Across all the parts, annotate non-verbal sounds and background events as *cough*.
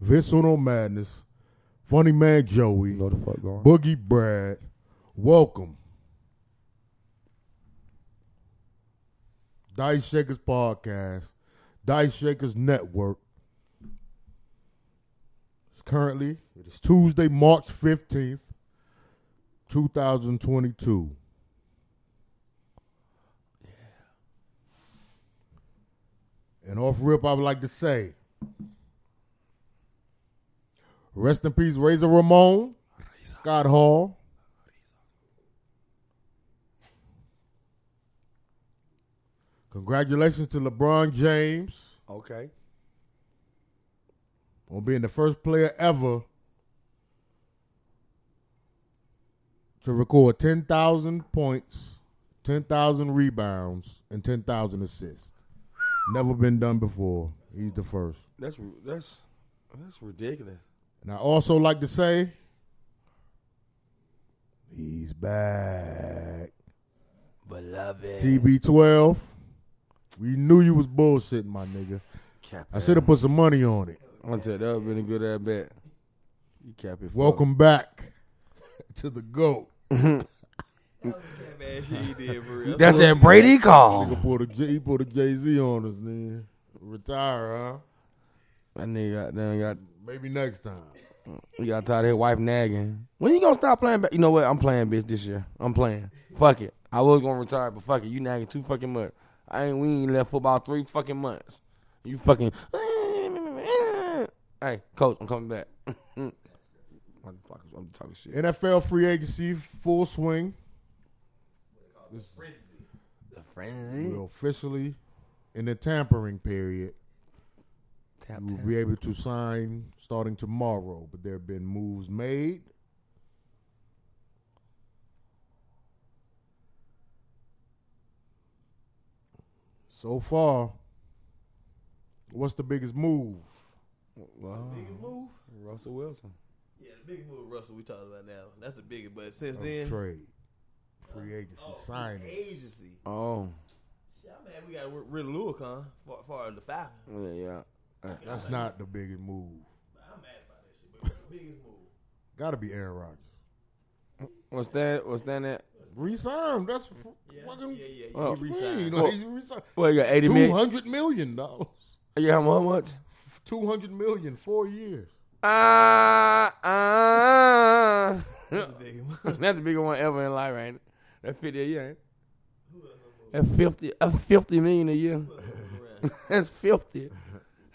Vincent Madness, Funny Man Joey, You know the fuck going. Boogie Brad. Welcome. Dice Shakers Podcast, Dice Shakers Network. It's currently, it is Tuesday, March 15th, 2022. And off rip, I would like to say, rest in peace, Razor Ramon, Scott Hall. Congratulations to LeBron James Okay. on being the first player ever to record 10,000 points, 10,000 rebounds, and 10,000 assists. Never been done before. He's the first. That's ri- that's that's ridiculous. And I also like to say, he's back. Beloved. TB12, we knew you was bullshitting, my nigga. I should have put some money on it. I'm tell you, that would have been a good at bet. You cap it. Welcome back *laughs* to the GOAT. Man, she did for *laughs* real. That's that Brady call. Nigga pulled a J, he pulled a Jay Z on us, man. Retire, huh? That nigga got done got Maybe next time. he got tired of his wife nagging. When you gonna stop playing? ba- You know what? I'm playing, bitch. This year, I'm playing. Fuck it. I was gonna retire, but fuck it. You nagging too fucking much. I ain't. We ain't left football three fucking months. You fucking. *laughs* Hey, coach, I'm coming back. *laughs* Motherfuckers, I'm talking shit. NFL free agency full swing. The frenzy. Mm. We're officially in the tampering period. Tap, You tap. will be able to sign starting tomorrow, but there have been moves made. So far, what's the biggest move? Wow. move. Russell Wilson. Yeah, the big move, Russell. We talking about now. That's the biggest. But since That was then, trade, free agency oh, signing. agency. Oh, Shit, I'm mad we got rid of Luacon far, far as the Falcon. yeah, yeah. That's not the biggest move. I'm mad about that shit. But the biggest move. Got to be Aaron Rodgers. What's that? What's that? At? Resign. him. That's f- Yeah, fucking. yeah, yeah. yeah. Oh. What do you mean? Well, Like, he's resigned. Well, you got eighty Two million. hundred million dollars. Yeah, how much? Two hundred million. Four years. Ah, ah. *laughs* That's the biggest move. *laughs* That's the biggest one ever in life, ain't it? That fifty a year, ain't it? That fifty, a fifty million a year. *laughs* That's fifty.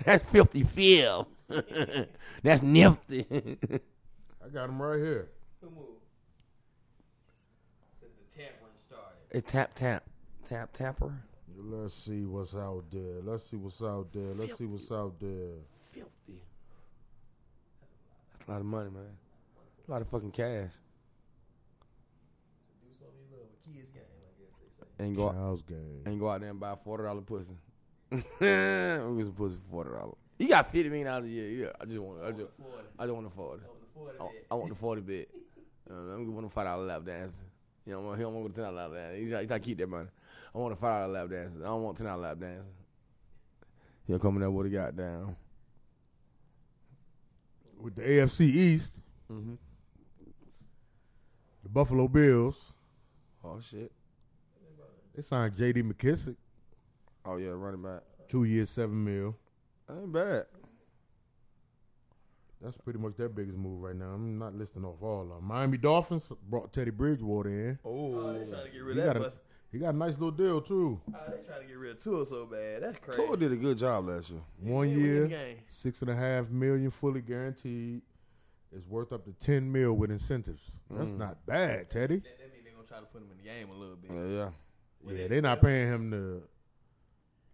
That's fifty fil. *laughs* That's nifty. I got him right here. Who moved? Since the tampering started. a tap tap tap tapper. Let's see what's out there. Let's see what's out there. Let's see what's out there. Fifty. That's a lot of money, man. A lot of fucking cash. Do something you love. A kid's game, I guess they say. Ain't go Child's game. and go out there and buy a forty dollar pussy. *laughs* I'm gonna get some pussy for forty dollars. You got fifty million dollars a year. Yeah, I just want. I just. Forty. I just want the forty. Over the forty. I, bit. I want the forty bit. *laughs* Uh, I'm gonna want a five dollar lap dance. You know, he don't want a ten dollar lap dance. He try, he try to keep that money. I want a five dollar lap dance. I don't want ten dollar lap dance. He'll come in there with a goddamn. With the AFC East, Mm-hmm. Mhm. the Buffalo Bills, Oh shit. they signed J.D. McKissick, Oh yeah, running back. two years, seven mil. Ain't bad. That's pretty much their biggest move right now. I'm not listing off all of them. Miami Dolphins brought Teddy Bridgewater in. Oh, they Oh, trying to get He rid of got, that a, bus. he got a nice little deal too. Oh, they trying to get rid of Tua so bad. That's crazy. Tua did a good job last year. One Yeah, we in the year, game. six and a half million fully guaranteed. It's worth up to ten mil with incentives. That's not bad, Teddy. That, that mean they're gonna try to put him in the game a little bit. Yeah, yeah. Yeah, they're not paying him to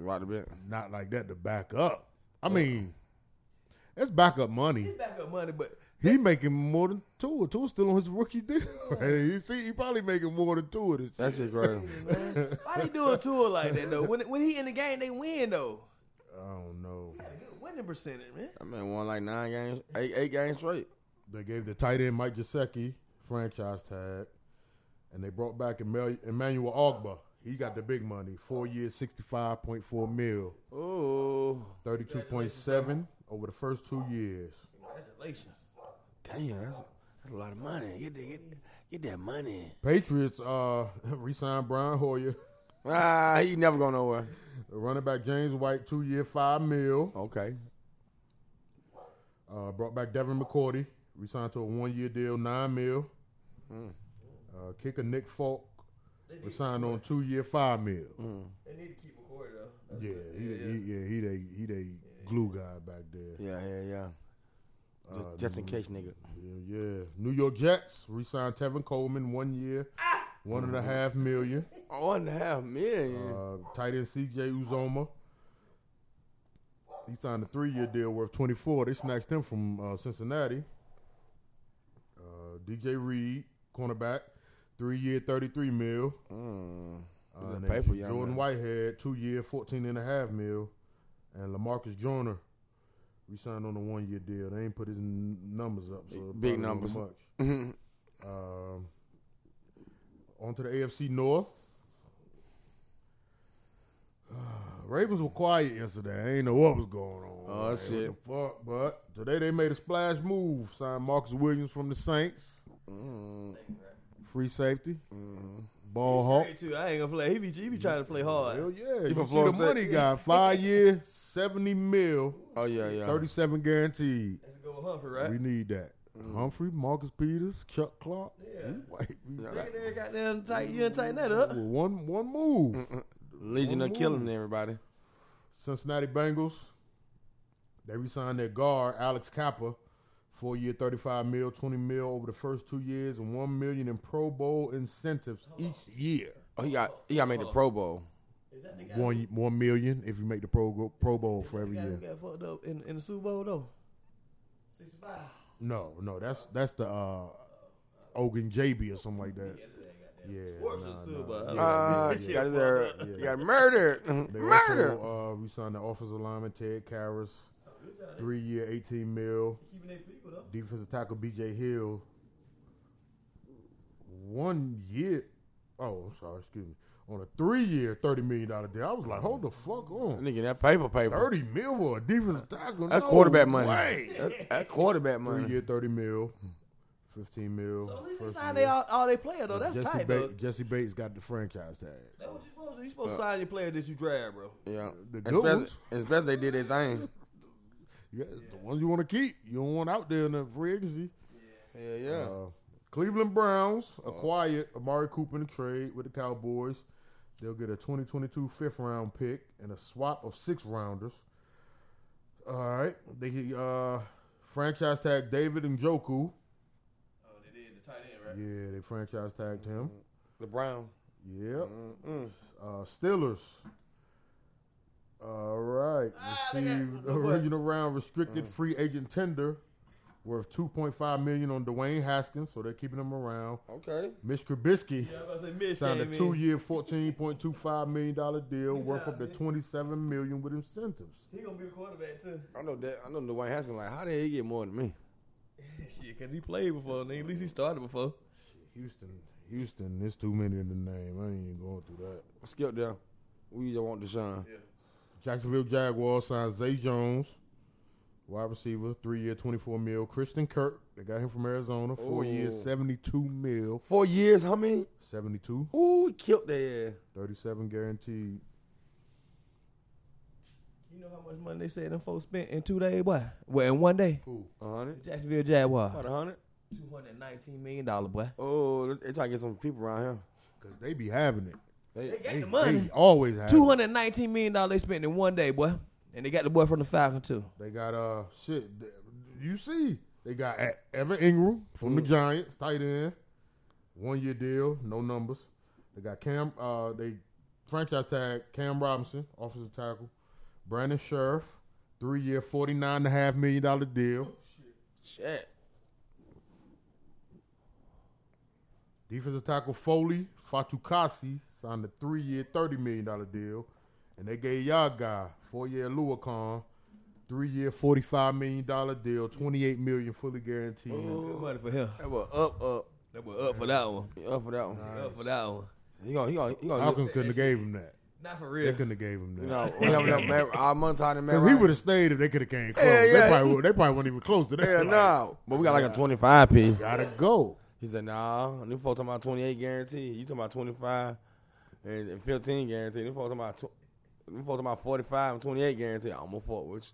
Right a bit. not like that to back up. I mean, that's backup money. He's back up money, but He making more than two. Two still on his rookie deal. you see, *laughs* he probably making more than two of this. That shit *laughs* crazy. why they doing Tua like that though? When when he in the game, they win though. I don't know. Got a good winning percentage, man. I mean, won like nine games, eight, eight games straight. They gave the tight end Mike Gesicki franchise tag, and they brought back Emel- Emmanuel Ogba. He got the big money. Four years, sixty-five point four mil, Oh, thirty-two point seven over the first two years. Congratulations. Damn, that's, that's a lot of money. Get that, get, get that money. Patriots uh, *laughs* re-signed Brian Hoyer, Ah, he never going nowhere. running back James White, two-year, five mil. Okay. Uh, brought back Devin McCourty, re-signed to a one-year deal, nine mil. Uh, kicker Nick Falk, They need, re-signed on two-year, five mil. they need to keep recording though. That's Hmm. Yeah, what- he, He, yeah, he they he they glue guy back there. Yeah, yeah, yeah. Just, Uh, just in case, nigga. Yeah, yeah. New York Jets re-signed Tevin Coleman, one year, one and a half million. Oh, One and a half million. Uh, tight end C.J. Uzoma. He signed a three-year deal worth twenty-four. They snatched him from uh, Cincinnati. Uh, D.J. Reed, cornerback, three-year, thirty-three mil. Mm. Uh, Good and paper, young Jordan man. Whitehead, two-year, fourteen and a half mil, and Lamarcus Joyner. We signed on a one-year deal. They ain't put his n- numbers up, so Big probably won't numbers. Much. Um, on to the AFC North. *sighs* Ravens were quiet yesterday. I ain't know what was going on. Oh, Like, shit. what the fuck, but today they made a splash move. Signed Marcus Williams from the Saints. *laughs* Mm. Free safety. Mm-hmm. Ball hawk. Straight too. I ain't gonna play. He be, he be trying to play hard. Hell yeah. You see from the Florida money State? guy. *laughs* Five year, 70 mil, Oh yeah, yeah. 37 guaranteed. Let's go with Humphrey, right? We need that. Mm. Humphrey, Marcus Peters, Chuck Clark. Yeah. We white. We- Yeah. Secondary got them tight. You done tighten that up. With One, one move. Legion One of killing move. everybody. Cincinnati Bengals. They re-signed their guard Alex Kappa, four year, thirty five mil, twenty mil over the first two years, and one million in Pro Bowl incentives each year. Oh, he got he got made the Pro Bowl. Is that the guy? One one million if you make the Pro Go- Pro Bowl is for that every the guy year. Who got fucked up in, in the Super Bowl though. Sixty-five. No, no, that's that's the uh, Ogan JB or something like that. Yeah, Worse than nah, Super Bowl. nah. Uh, Yeah. he got there. Yeah. He got murdered. *laughs* They Murder. also uh, re-signed the offensive lineman Ted Karras, three year, eighteen mil. Keeping their people though. defensive tackle B.J. Hill. One year, oh, I'm sorry, excuse me, on a three-year, thirty million dollar deal. I was like, hold the fuck on, Nigga, that paper paper. uh, thirty mil for a defensive tackle? That's No quarterback money. way. That, that quarterback money. Three-year, thirty mil, fifteen mil. So at least they first sign year. they all, all they player though. That's Jesse tight Ba- though. Jesse Bates Uh, got the franchise tag. That's what you supposed to. do. You supposed to sign your player that you draft, bro. Yeah. The good Especially, ones. especially they did their thing. Yeah, the ones you want to keep. You don't want out there in the free agency. Yeah, yeah. Uh, Cleveland Browns acquired Amari Cooper in a trade with the Cowboys. They'll get a 2022 fifth round pick and a swap of six rounders. All right. They get, uh, franchise tag David and Joku. Oh, they did the tight end, Yeah, they franchise tagged him. the Browns. Yep. Mm. Uh, Steelers. All right. Ah, they got- Received what? Mm. original round restricted free agent tender worth 2.5 million on Dwayne Haskins, so they're keeping him around. Okay. Mitch Trubisky. Yeah, I was about to say Mitch Signed a came in. two-year, fourteen point two five million dollar deal Good worth job, up to man. twenty-seven million with incentives. He gonna be the quarterback too. *laughs* I know that. I know Dwayne Haskins. Like, how did he get more than me? Shit, cause he played before. Nigga. At least he started before. Houston, Houston, there's too many in the name. I ain't even going through that. Skip there. We just want Deshaun. Jacksonville Jaguars signed Zay Jones, wide receiver, three-year, twenty-four mil. Christian Kirk, they got him from Arizona, four Ooh. years, seventy-two mil, Four years. How many? 72, Ooh, he killed their ass. 37 guaranteed. You know how much money they said them folks spent in two days? Boy, well, in one day. Cool. A hundred. The Jacksonville Jaguar. About a hundred. Two hundred nineteen million dollar boy. Oh, they trying to get some people around Cause they be having it. here. They They, got They, the money. they always have. Two hundred nineteen million dollars they spent in one day, boy. And they got the boy from the Falcon too. It. They got uh shit. th- You see, they got A- Evan Ingram from the Giants, tight end. one year deal, no numbers. They got Cam. Uh, they franchise tag Cam Robinson, offensive tackle. Brandon Sheriff, three year, forty nine and a half million dollar deal. shit. Defensive tackle Foley Fatukasi signed a three year, thirty million dollar deal, and they gave y'all guy four year Luacon, three year, forty five million dollar deal, twenty eight million fully guaranteed. Good money for him. That was up, up, That boy up for that one. up for that one. Up for that one. He gonna, he gonna, he gonna. Falcons couldn't have gave him that. Not for They real. couldn't have gave him that. *laughs* You know, whenever that man, our Montana man, Cause he would have stayed if they could have came close. Yeah, yeah. They probably would, they probably weren't even close to that. Yeah, Like, no. But we got like a 25 p. Gotta go. He said, nah, new folks talking about 28 guarantee. You talking about 25 and and 15 guarantee. New folks talking about, tw- new folks talking about 45 and 28 guarantee. I'm going to fuck with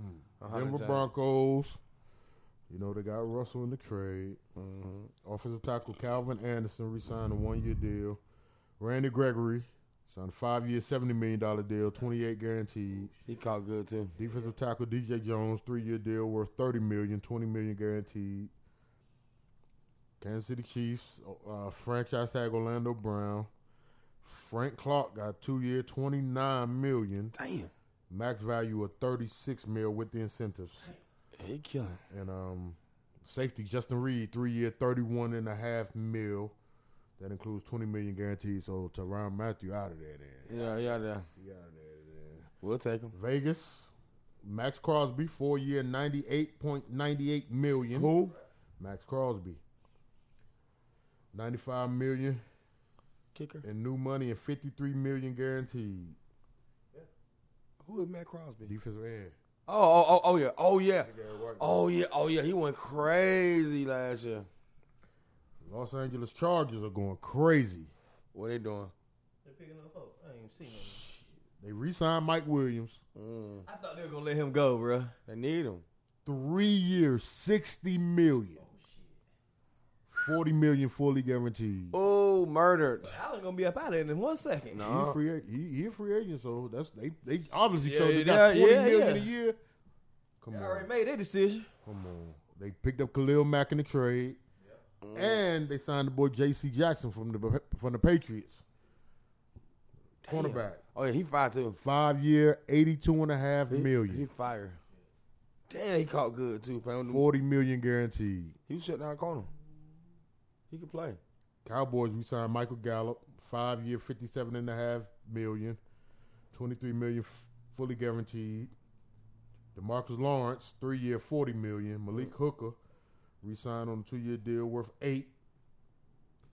you. Denver Broncos. You know they got Russell in the trade. Uh-huh. Offensive tackle Calvin Anderson re-signed a one-year deal. Randy Gregory signed a five-year, seventy million dollar deal, twenty-eight guaranteed. He caught good, too. Defensive tackle DJ Jones, three-year deal worth thirty million, twenty million guaranteed. Kansas City Chiefs uh, franchise tag Orlando Brown. Frank Clark got two-year, twenty-nine million, Damn. max value of thirty-six mil with the incentives. He killing. And um, safety Justin Reed, three year, thirty-one and a half mil. That includes twenty million guaranteed. So Tyron Matthew out of there. Then Yeah, yeah, yeah. He out of there. We'll take him. Then Vegas, Max Crosby, four year, ninety-eight point ninety-eight million. Who? Max Crosby. Ninety-five million Kicker. in new money and fifty-three million guaranteed. Who is Matt Crosby? Defensive end. Oh, oh, oh, oh, yeah. Oh, yeah. They got White. Oh, yeah. Oh, yeah. He went crazy last year. Los Angeles Chargers are going crazy. What they doing? They're picking up folks. I ain't even seen them. They re-signed Mike Williams. Mm. I thought they were gonna let him go, bro. They need him. three years, sixty million. Forty million fully guaranteed. Oh, murdered. Allen gonna be up out of it in one second. No. He a free, a- he, he a free agent, so that's they they obviously Uh, Yeah, told they yeah, got twenty yeah, million yeah. a year. Come They on, already made their decision. come on. They picked up Khalil Mack in the trade, and they signed the boy J.C. Jackson from the from the Patriots, cornerback. Oh, yeah. He fired, too. Five year, eighty two and a half He- million. He fired. Damn, he caught good too. Playing with the- Forty million guaranteed. he was shut down corner. He could play. Cowboys, we signed Michael Gallup, five year, fifty-seven and a half million, twenty-three million f- fully guaranteed. Demarcus Lawrence, three year, forty million. Malik Hooker, re-signed on a two-year deal worth eight.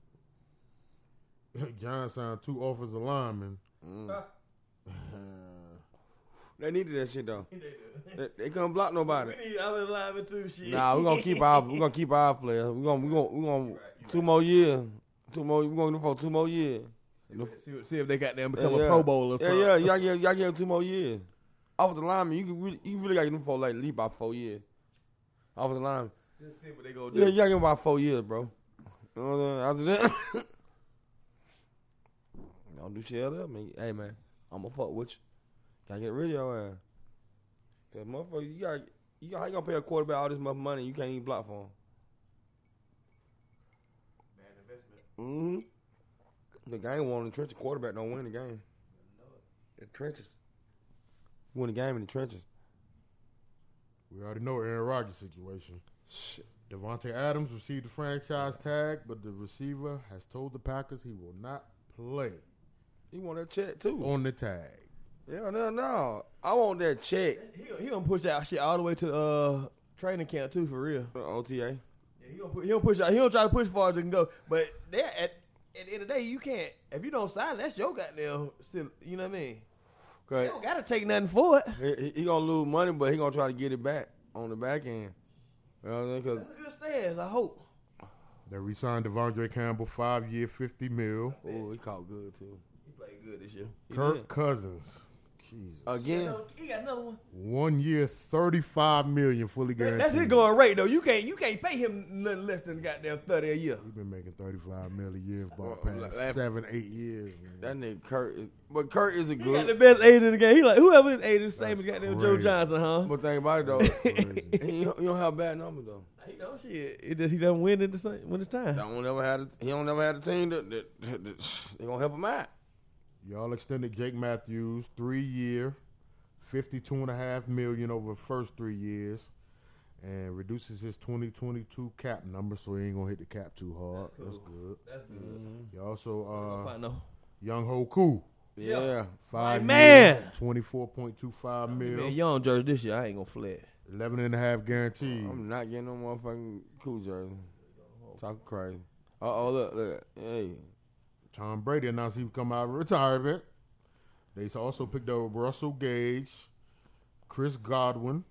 *laughs* John signed two offensive linemen. They needed that shit though. they, they couldn't block *laughs* nobody. need other linemen too. Shit. Nah, we're gonna keep our we're gonna keep our players. We're gonna we're gonna we're gonna two more years. Two more we're gonna do for two more years. See, what- see if they got them Yeah, become yeah. a Pro Bowler. Or Yeah, something. yeah, y'all give y'all give him two more years. Off the lineman, you can really, you really gotta give him for like at least about four years. Off the lineman. Just see what they gonna do. Yeah, y'all give him about four years, bro. You know what I'm saying? After that, *coughs* don't do shit other. I mean, hey man, I'ma fuck with you. Gotta get rid of your ass. Cause motherfucker, you got you got how you gonna pay a quarterback all this much money? You can't even block for him. Bad investment. Mm-hmm. The game won in the trenches. Quarterback don't win the game. The trenches. You win the game in the trenches. We already know Aaron Rodgers' situation. Shit. Devontae Adams received the franchise tag, but the receiver has told the Packers he will not play You want that check too? on the tag. Yeah, no, no. I want that check. He, he gonna push that shit all the way to uh training camp too, for real. Uh, OTA. Yeah, he gonna pu- he gonna push out. He gonna try to push far as he can go. But they at at the end of the day, you can't. If you don't sign, that's your goddamn. Still, you know what I mean. They Okay. don't gotta take nothing for it. He, he- he gonna lose money, but he gonna try to get it back on the back end. You know what I'm saying? That's a good stance. I hope. They re-signed Devondre Campbell, five year, fifty mil. Cause ooh, he caught good too. He played good this year. He Kirk did. Cousins, Jesus, Yeah. again. he got another one. one year, thirty-five million fully That- guaranteed. that's his going rate though. You can't you can't pay him nothing less than goddamn thirty a year. He's been making thirty-five mil a year for about the Well, past last- seven, eight years. man. That nigga Kirk, is, but Kirk is a He got the good. best agent in the game. He like whoever his agent is, same as That's goddamn Joe crazy. Johnson, huh? *laughs* But think about it though, Crazy. he, he don't have a bad number though. He don't shit. It just he doesn't win in the same when it's time. Don't ever have a, he don't ever have a team that, that, that, that- they gonna help him out. Y'all extended Jake Matthews three year, fifty-two and a half million over the first three years, and reduces his twenty twenty-two cap number, so he ain't gonna hit the cap too hard. That's, good. That's good. You also uh, I know. young Hoku, Yeah, five My year, man. twenty-four point two five Man, mil, young George this year, I ain't gonna flip. eleven and a half guaranteed. Oh, I'm not getting no motherfucking cool jersey. Talk crazy. Uh oh, look, look, hey, Tom Brady announced he would come out of retirement. They also picked up Russell Gage, Chris Godwin.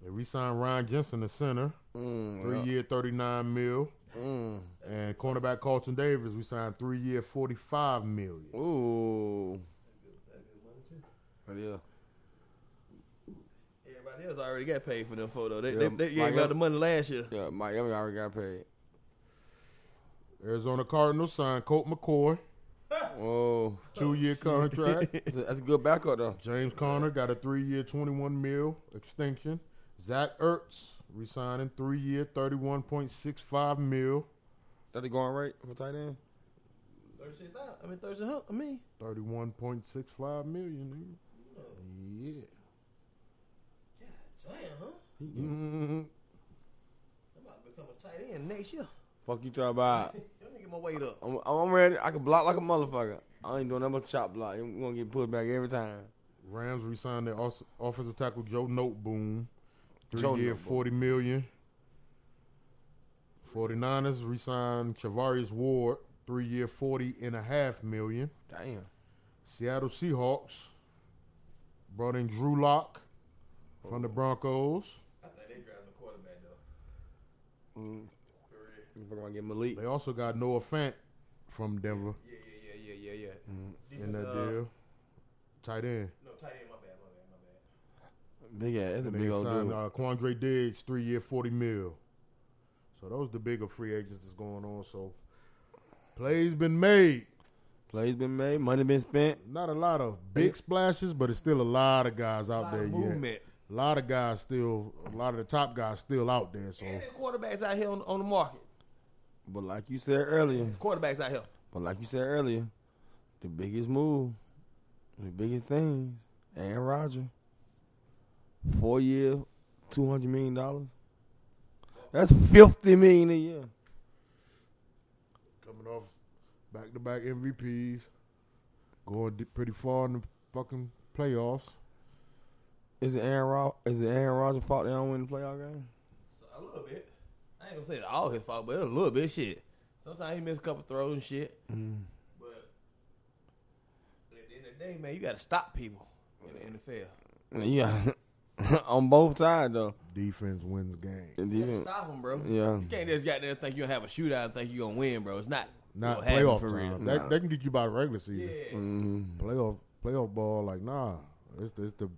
They re-signed Ryan Jensen, the center, Mm, three year, thirty nine mil, mm. and cornerback Carlton Davis. We signed three year, forty five million. Ooh. Yeah. Everybody else already got paid for them photo. They, Yeah, they, they gave Michael- out the money last year. Yeah, Miami already got paid. Arizona Cardinals signed Colt McCoy, Oh, two year *laughs* contract. that's a, that's a good backup though. James Conner got a three year, twenty one mil extension. Zach Ertz re-signing three year, thirty one point six five mil, That the going rate for tight end? Thirty-six thousand. I mean, thirty-six hundred. I mean, thirty one point six five million. nigga. Yeah. damn, huh? Mhm. I'm about to become a tight end next year. Fuck you, talking about. *laughs* Let me get my weight up. I'm, I'm ready. I can block like a motherfucker. I ain't doing nothing but chop block. We're gonna get pushed back every time. Rams re-signed their os- offensive tackle Joe Noteboom, three Joe year, Noteboom. forty million. 49ers re-signed Chavarius Ward, three year, forty and a half million. Damn. Seattle Seahawks brought in Drew Lock from the Oh. Broncos. I think they driving the quarterback though. Mm. You fucking gonna get Malik. They also got Noah Fant from Denver Yeah, yeah, yeah, yeah, yeah, yeah. in that deal. Tight end. No, tight end. My bad, my bad, my bad. Big ass. That's a And big they old signed dude. uh, Quandre Diggs, three year, forty mil. So those the bigger free agents that's going on. So plays been made. Plays been made. Money been spent. Not a lot of big splashes, but it's still a lot of guys A out lot there. of Yet. movement. A lot of guys still. A lot of the top guys still out there. So And there's quarterbacks out here on, on the market. But like you said earlier. Quarterbacks out here. But like you said earlier, the biggest move, the biggest thing, Aaron Rodgers. Four year, two hundred million dollars. That's fifty million a year. coming off back to back MVPs, going d- pretty far in the fucking playoffs. Is it Aaron Rod- is it Aaron Rodgers' fault they don't win the playoff game? So a little bit. I ain't gonna say it's all his fault, but it's a little bit shit. Sometimes he miss a couple throws and shit. But at the end of the day, man, you gotta stop people in the NFL. Yeah. *laughs* On both sides though. Defense wins game. And You gotta even- stop them, bro. Yeah. You can't just get there and think you gonna have a shootout and think you gonna win, bro. It's not Not gonna happen playoff for real. time. That, Nah. that can get you by the regular season. Yeah. Mhm. Playoff playoff ball, like nah, it's the, it's the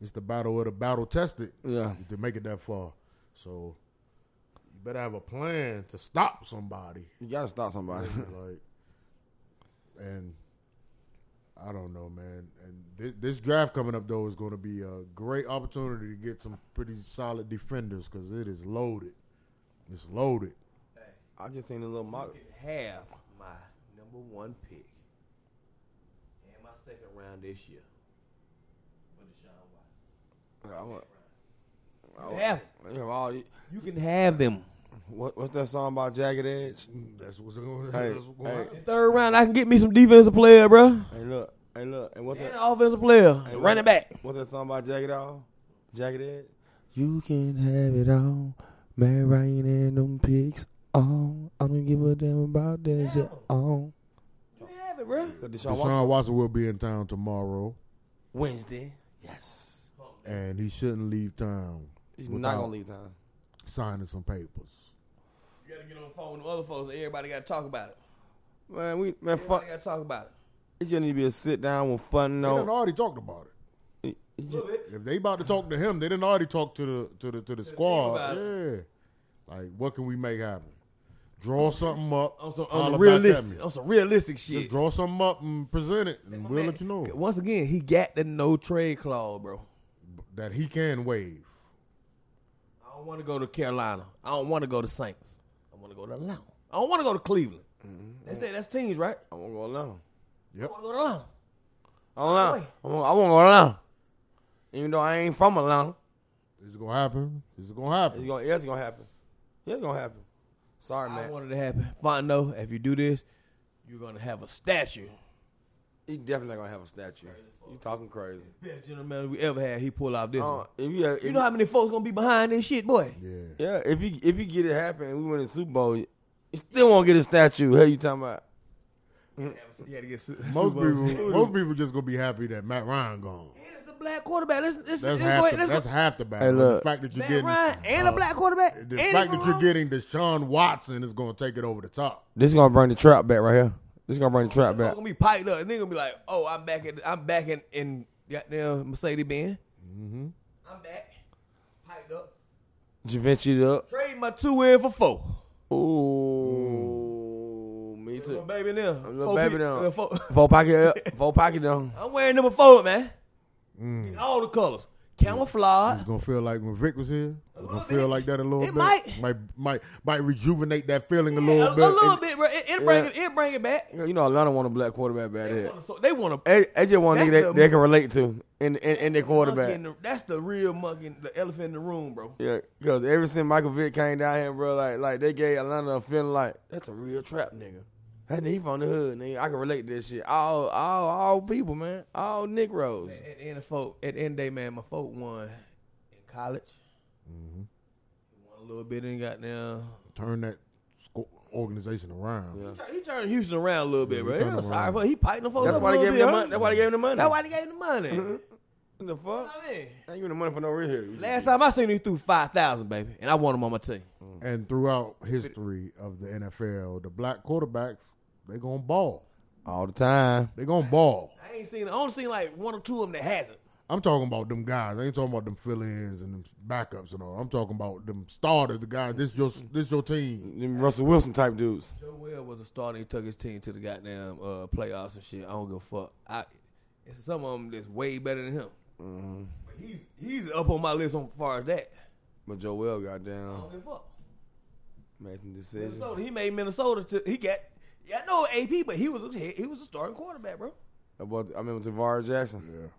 it's the battle of the battle tested Yeah. to make it that far. So you better have a plan to stop *laughs* somebody. You gotta stop somebody. like, and I don't know, man. And this this draft coming up though is going to be a great opportunity to get some pretty solid defenders because it is loaded. It's loaded. *laughs* I just seen a little mock. can have my number one pick and my second round this year for Deshaun Watson. I want- I You want- can have 'em. Yeah, all these- You can have them. what, what's that song about Jagged Edge? That's what's *laughs* going. Hey, that's what's going hey. on. In third round, I can get me some defensive player, bro, Hey look, hey look, and what and an that offensive player, Hey, running what- back. What's that song about Jagged All? Jagged Edge? You can have it all. Man Ryan and them pigs on. I don't give a damn about that shit on. You can have it, bro. Deshaun, Watson Deshaun Watson will be in town tomorrow, Wednesday. Yes. and he shouldn't leave town He's Without- not gonna leave time. signing some papers. You gotta get on the phone with the other folks. and Everybody gotta talk about it. Man, we man fuck Everybody gotta talk about it. it just need to be a sit down with fun They done no already talked about it. A little bit. If they about to talk to him, they didn't already talk to the to the to the squad. about Yeah. Like what can we make happen? Draw something up. On some, holler on back some at realistic, me. on some realistic Just shit. draw something up and present it, and we'll let you know Once again, he got the no trade clause, bro. that he can waive. I don't want to go to Carolina. I don't want to go to Saints. I want to go to Atlanta. I don't want to go to Cleveland. That's it. That's teams, right? I won't go alone. I want to go to Atlanta. I won't I won't I won't go alone. Even though I ain't from Atlanta. It's gonna happen. It's gonna happen. It's gonna it's gonna happen. It's gonna happen. Sorry, I man. want it to happen. Fondo, if you do this, you're gonna have a statue. He definitely gonna have a statue. You talking crazy. Best gentleman we ever had. He pull off this. Uh, one. if you, if You know how many folks gonna be behind this shit, boy? yeah. Yeah, if you if you get it happen and we win the Super Bowl, you still won't get a statue. Hell, you talking about? You had to get su- Most Super Bowl. *laughs* people, most people just gonna be happy that Matt Ryan gone. And it's a black quarterback. Let's, let's, That's let's half. go the, ahead. Let's that's go. half the battle. Hey, look. the fact that you're Matt getting uh, Ryan and a black quarterback. the and fact he's that you're wrong. getting Deshaun Watson is gonna take it over the top. This is gonna bring the trap back right here. This is gonna bring the trap Folk back. gonna be piped up. Nigga gonna be like, oh, I'm back in, I'm back in, in goddamn Mercedes Benz. Mm-hmm. I'm back, piped up. Javinci it up. Trade my two in for four. Ooh, me Little too. baby now. Little Four baby pe- now. uh, four- *laughs* Four pocket up. Four pocket down. I'm wearing number four, man. Mm. In all the colors, camouflage. It's gonna feel like when Vic was here. It's gonna little feel bit. like that a little It bit. might. might might might rejuvenate that feeling a Yeah, little a, bit. a little And bit, bro. It, it bring Yeah. it, it bring it back. You know, Atlanta want a black quarterback back They there. wanna- so They want to. They, they just want a nigga That's that the- they can relate to in in, in their quarterback. That's the real monkey, the elephant in the room, bro. Yeah, because ever since Michael Vick came down here, bro, like like they gave Atlanta a feeling like that's a real trap nigga. That nigga from the hood, nigga. I can relate to this shit. All all all people, man. All Negroes. At the end of folk, at the end of the day, man, my folk won in college. Mm-hmm. Won a little bit and got down. Turn that sco- organization around. He turned, he turned Houston around a little bit, bro. he turned Yeah, them sorry, around. for he piped the folks That's up why a they gave him the little bit, huh? money. That's why they gave him the money. That's why they gave him the money. What the fuck? I mean, They gave him the money for no reason. last time I seen him, he threw five thousand, baby, and I won him on my team. And throughout history of the NFL, the black quarterbacks they gonna ball. all the time. They gonna ball. I ain't seen. I only seen like one or two of them that hasn't. I'm talking about them guys. I ain't talking about them fill-ins and them backups and all. I'm talking about them starters. The guys. This your this your team. Them Russell Wilson type dudes. Joe Well was a starter. He took his team to the goddamn uh, playoffs and shit. I don't give a fuck. I, it's some of them that's way better than him. Mm-hmm. But he's he's up on my list on far as that. But Joel got I down don't give a fuck. making decisions. Minnesota. He made Minnesota. To, he got. Yeah, I know AP, but he was he, he was a starting quarterback, bro. About I remember Tavares Jackson.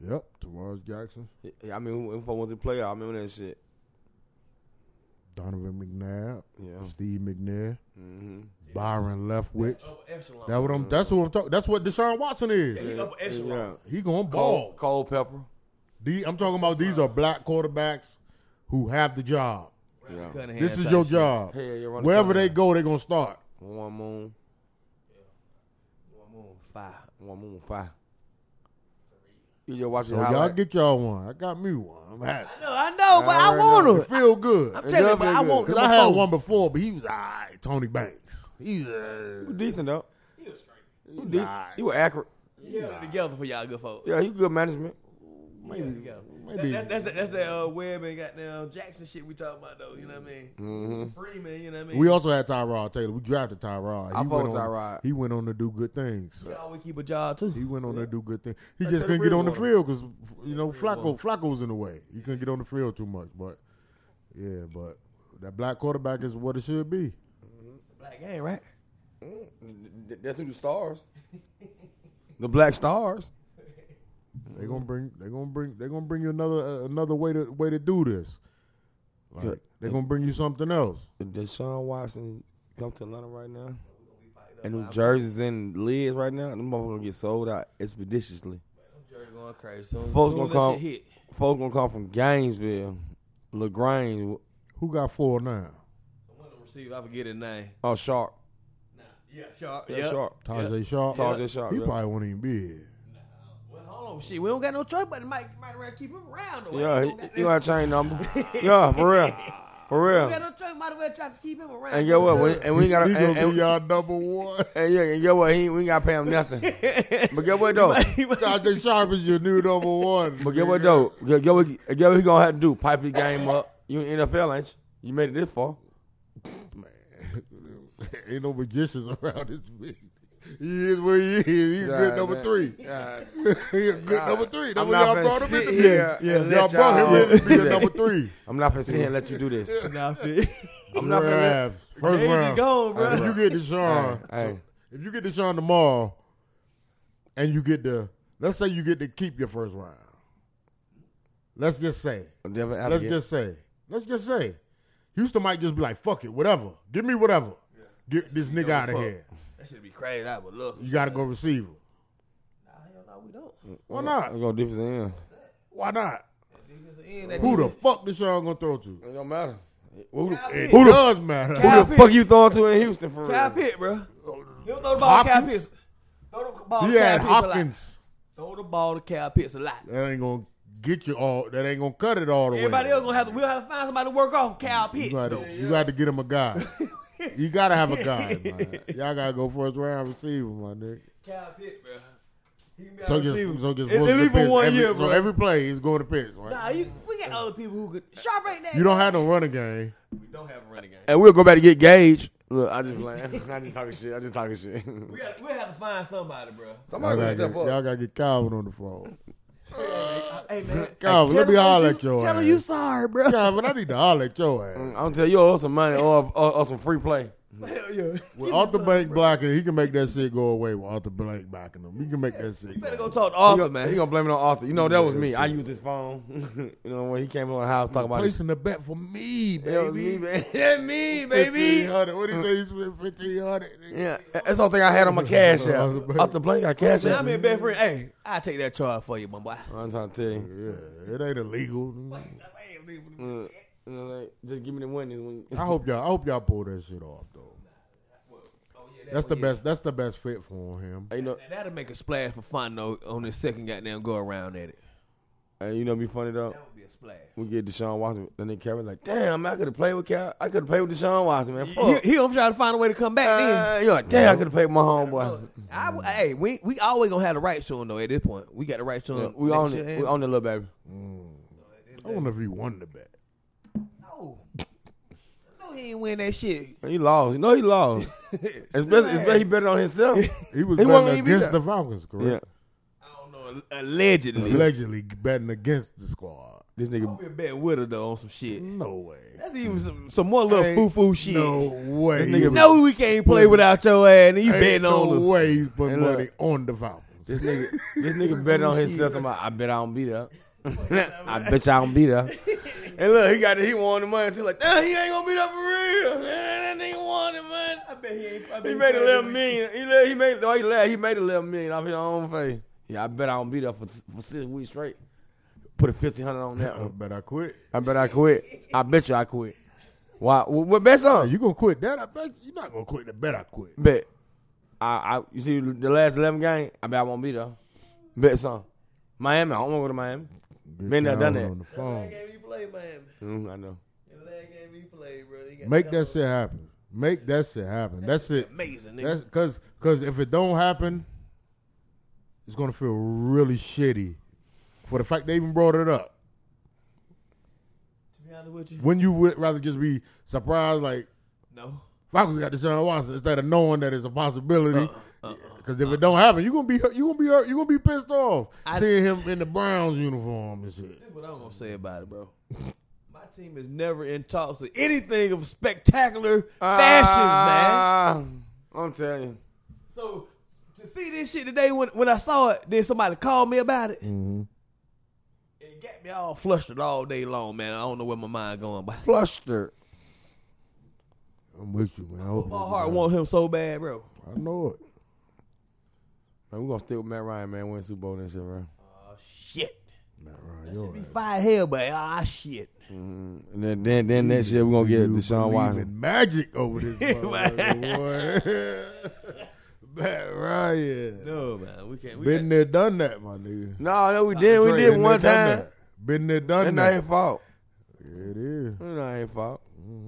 Yeah. Yep. Tavares Jackson, Yeah, I mean, when I went to the playoff, I remember that shit. Donovan McNabb, Yeah. Mm-hmm. Steve McNair, Byron Leftwich. Upper echelon. That what I'm. That's what I'm talking. That's what Deshaun Watson is. He upper echelon. Yeah. Oh. He gonna Cole, ball. Cole Pepper. The, I'm talking about these are black quarterbacks who have the job. Yeah. Cunningham This is type your shit. job. Hell, you're running Wherever they Cunningham. go, they gonna start. One moon. One more five. One moon five. You just watch it. So y'all get y'all one. I got me one. I'm happy. I know, I know, but I Alright, want It him. feel good. I'm telling you, does but feel I good. want Cause number I had four. one before, but he was all right. Tony Banks. He was, uh, decent though. He was straight. You de- Nah. you were accurate. He held it together for y'all good folks. Yeah, you good management. He held it together. maybe- That, that, that's that, that's that uh, Webb and goddamn Jackson shit we talking about though. You know what I mean? Freeman, you know what I mean? we also had Tyrod Taylor. We drafted Tyrod. I He fuck went with on, Tyrod. He went on to do good things. He always keep a job too. He went on to do good things. He Back just to the couldn't get real on the field world. because you know Flacco Flacco was in the way. He couldn't get on the field too much. But yeah, but that black quarterback is what it should be. Black game, right? Th- That's who the stars. the black stars. They gonna bring. They gonna bring. They gonna bring you another uh, another way to way to do this. Like Good. they gonna bring you something else. If Deshaun Watson come to Atlanta right now, and them jerseys and lids right now, them motherfuckers gonna get sold out expeditiously. I'm Jerry going crazy. Soon, Folks soon gonna as call- that shit hit. Folk gonna come from Gainesville, Lagrange, Who got four now? One of them receiver, I forget his name. oh Sharp, Nah, yeah, sharp. yeah. Sharp, Tajay Sharp. Tajay Sharp, He yeah. probably won't even be here. Well, hold on, shit. We don't got no choice but to might might around keep him around. though. Yeah, we he, don't got- he gonna change number. *laughs* yeah, for real, for we got real. no choice. Might as well try to keep him around. And get *laughs* what? We, and we ain't gotta. he gonna And, and, be y'all number one. *laughs* and yeah, and get what? He ain't- we ain't gotta pay him nothing. but get what though? Tajay Sharp is your new number one. But get what though? Get, get what? Get what he gonna have to do? Pipe the game up. You in NFL ain't you? You made it this far. Man, *laughs* ain't no magicians around this bitch. He is what he is. He's good Yeah, number man. three. Yeah. He a good God. number three. That's I'm what not y'all finna brought him in sit to be. here and Y'all let brought him in to be *laughs* y'all- the number three. I'm not finna sit here and let you do this. *laughs* Nah, fit. I'm not finna. Let, Draft. First Days round. is gone, bro. If you get Deshaun, Hey, if you get Deshaun tomorrow, and you get the, let's say you get to keep your first round. Let's just say. I'm never Let's advocate. just say. Let's just say. Houston might just be like, fuck it, whatever. Give me whatever. Get this nigga out of fuck. here. That should be crazy. I would love. You got to go receiver. Nah, hell no, we don't. Why not? I'm gonna defense end. Why not? Defensive end, that Who the defense- fuck Deshaun gonna throw to? It don't matter. Who the, Kyle It Pitt. does matter. who the fuck you throwing to in Houston for Kyle real? Pitt, bro. He'll throw the ball to Kyle Hopkins? Pitts. Throw the ball He to Kyle had Pitts a lot. Hopkins. Throw the ball to Kyle Pitts a lot. That ain't gonna get you all. That ain't gonna cut it all the Everybody way. else gonna have to. We'll have to find somebody to work off Kyle Pitts. You got though. to, you got to get him a *laughs* guy. you gotta have a guy. Man. Y'all gotta go first round receiver, my nigga. Kyle Pitts, bro. He can be So our just receiver. so just At- at Wilson to least for Pitts. one every, year, so bro. every play he's going to Pitts, right? Nah, you, we got other people who could sharp ain't that. you don't have no running game. We don't have a running game. And we'll go back to get Gage. Look, I *laughs* just playing. I just talking shit. I just talking shit. We got. We have to find somebody, bro. Y'all *laughs* Somebody gotta, gonna get, step up. y'all gotta get Calvin on the phone. Uh, Hey man, *laughs* *laughs* Calvin, let me holler at your Tell him ass. you sorry, bro. Calvin, I need to holler at your ass. I'm gonna tell you, I owe some money or, or, or some free play. Hell yeah. With Arthur Blank blocking, he can make that shit go away. With Arthur Blank blocking him, he can make that shit. Better Go. go talk to He Arthur, gonna, man. he gonna blame it on Arthur. You know that was me. I used his phone. *laughs* you know when he came on the house talking about this. Placing the bet for me, That was me, baby. Uh, man. *laughs* That me, baby. 1500. What he say? He spent fifteen hundred. Yeah, that's the only thing I had *laughs* on my cash app. Arthur Blank got cash Man, I'm app. your best friend. Hey, I take that charge for you, my Uh, boy. I'm trying to tell you. Yeah, it ain't illegal. Uh, you know, like, just give me the one. this one. I hope y'all. I hope y'all pull that shit off though. oh, That's the best. That's the best fit for him. Hey, you know, Now, that'll make a splash for Fondo on his second goddamn go around at it. hey, you know, be funny though. That would be a splash. We get Deshaun Watson, and then Kevin like, damn, man, I could have played with Cal. I could have played with Deshaun Watson, man. Fuck. He, he gonna try to find a way to come back then. Uh, you're like, damn, I could have played with my homeboy. Look, I, w- hey, we we always gonna have the right to him though. At this point, we got the right to him. Yeah, we Next own year it. and- We own it, little baby. I wonder if he won the bet. No, no, he ain't win *laughs* that shit. Man, he lost. You know he lost. especially, especially he bet it on himself. *laughs* He was He won when betting he beat against them. the Falcons, yeah. correct? I don't know. Allegedly, Allegedly betting against the squad. This nigga. we're betting with her though on some shit. No way. That's even some, some more little Ain't foo foo shit. No No, way. This nigga- no, we can't play without your ass. And you Ain't betting no on us. way he put Hey, look. money on the Falcons. This nigga. This nigga bet it on himself. I'm like, I bet I don't be there. *laughs* I bet you I don't be there. And look, he got it. He won the money too. Like, damn, he ain't gonna be there for real. Man, that nigga won the money. I bet he ain't. I bet He he made playing eleven with- million. He, la- he made oh, he, la- he made eleven million off his own face. Yeah, I bet I don't be there for, for six weeks straight. Put a fifteen hundred on that. I one. Uh, bet I quit. I bet I quit. I bet you I quit. Why? What, what bet song? You You gonna quit that? I bet you're not gonna quit the bet. I quit. bet. I, I you see the last eleven game. I bet I won't be there. Bet song. Miami. I don't want to go to Miami. Been there, done Calvin that. on the phone. game he played, Miami. Mm, I know. The last game he played, bro. He got Make that shit happen. Make that shit happen. That's it. amazing, nigga. That's because because if it don't happen, it's gonna feel really shitty. For the fact they even brought it up, to be honest with you, when you would rather just be surprised, like no. Falcons got Deshaun Watson, instead of knowing that it's a possibility. Uh, Because if it don't happen, you gonna be hurt- you gonna be hurt, you gonna be pissed off I- seeing him in the Browns uniform and shit. That's what I'm gonna say about *laughs* it, bro. My team is never in talks of anything of spectacular fashions, Ah. man. man. Ah, I'm telling you. So to see this shit today, when when I saw it, then somebody called me about Mm. it. Mm-hmm. It got me all flustered all day long, man. I don't know where my mind going, but *laughs* Flustered. I'm with you, man. I, hope my you- heart wants him so bad, bro. I know it. Man, we gonna stick with Matt Ryan, man. Win Super Bowl and shit, bro. Oh shit, Matt Ryan, that you're should be right. fire hell, but ah shit. And then then, then next year we gonna You get Deshaun believe Watson. in Magic over this *laughs* motherfucker, boy. *laughs* Matt Ryan. No man, we can't. We Been got, there, done that, my nigga. No, no, we did. We Dre, did Been there, one done time. that. Been there, That's done not that. his fault. It is. That's not his fault.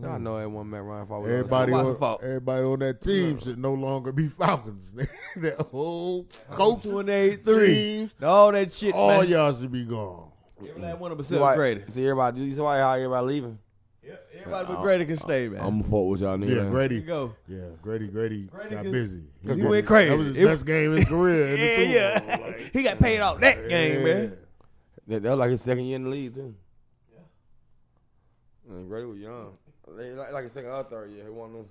Y'all know that one Matt Ryan fault. Everybody Watson on, fault. everybody on that team should no longer be Falcons. *laughs* that whole coach two and eight, three, all that shit. All man. y'all should be gone. Every last one of us see, is why, greater. see everybody. You see why how everybody leaving? Yep, everybody but greater can stay, man. I'm gonna fuck with y'all Yeah, niggas. There Grady. you go. Yeah, Grady. Grady, Grady got could- *laughs* busy. he got- went crazy. That was his It- best game of his *laughs* career. in the Yeah, Super yeah. *laughs* Bowl, like, he got paid off that game, yeah. man. That, that was like his second year in the league too. Yeah. And Grady was young. Like, like like his second or third year, he won them.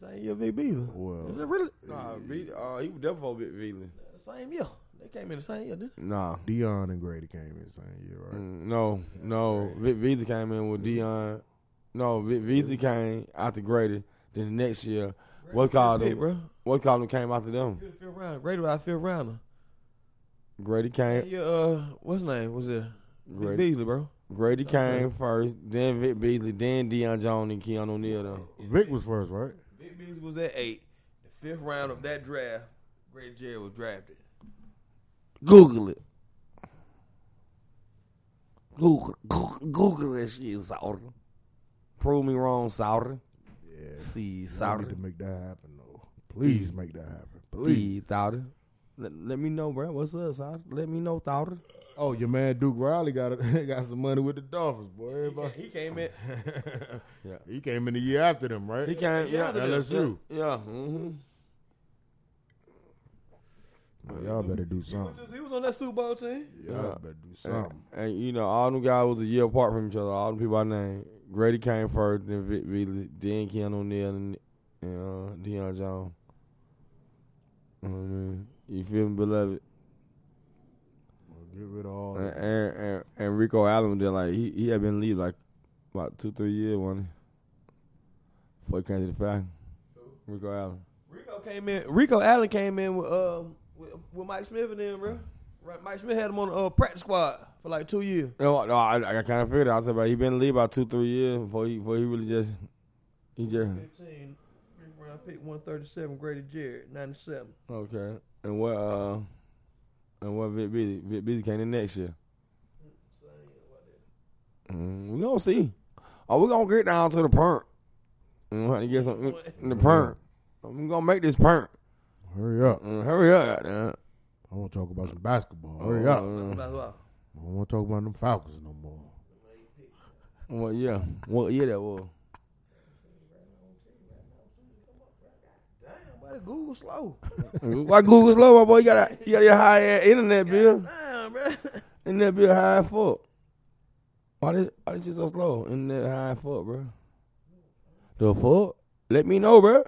Same year, VB. Well, Is it really? Nah, B, uh, he was definitely bit Veely. Same year. They came in the same year, didn't Nah. Dion and Grady came in the same year, right? Mm, No, no. Vic Vita came in with Dion. No, Vic Vita came after Grady. Then the next year, what called Pitt, him? bro. What called him came after them? Good fifth round. Greater out fifth rounder. Grady came. Yeah, uh, what's his name? Was it Grady. Grady. Beasley, bro? Grady came first, then Vic Beasley, then Deion Jones and Keon O'Neal. Though Vic was first, right? Vic Vic Beasley was at eight. The fifth round of that draft, Greg Jarrett was drafted. Google it. Google, Google, Google that shit, Sauter. Prove me wrong, Sauter. Yeah. See, I need Sauter. to make that happen though. Please make that happen. Please. D, Sauter. Let, let me know, bro. What's up, Sauter? Let me know, Sauter. Oh, your man Duke Riley got a, *laughs* got some money with the Dolphins, boy. Everybody. He *laughs* came in. Yeah. He came in the year after them, right? He can't. Yeah, Yeah, after yeah. this. LSU. yeah. Mm-hmm. Man, y'all better do something. He was on that Super Bowl team. Y'all better do something. And, and, you know, all them guys was a year apart from each other. All the people I named. Grady came first, then Vic Beasley, then Keanu O'Neal, and, and uh, Deion Jones. You know what I mean? You feel me, beloved? Well, Get rid of all. And, that. and, and, and Rico Allen did like he he had been leave like about two three years one. Before he came to the Falcons, Rico Allen. Rico came in. Rico Allen came in with um with, with Mike Smith and them, bro. Right, Mike Smith had him on the uh, practice squad for like two years. No, no, I, I kind of figured. It. I said, but he been in the league about two three years before he before he really just he just 15, fifth round pick, 137, Grady Jarrett, 97. okay. And what uh and what Vic Beasley Vic Beasley came in next year. Mm, we gonna see. Oh, we gonna get down to the perm. Mm-hmm. We gonna get some in the perm. We gonna make this perm. Hurry up. Mm, hurry up. goddamn. I want to talk about some basketball. Hurry up. I Mm. don't want to talk about them Falcons no more. Well, yeah. Well, yeah, that was. Damn, why the Google slow? Why Google's low, my boy? You got a, you got your high ass internet bill. Damn, *laughs* bro. Internet bill high as fuck. Why this why this shit so slow? Internet high as fuck, bro. The fuck? Let me know, bro.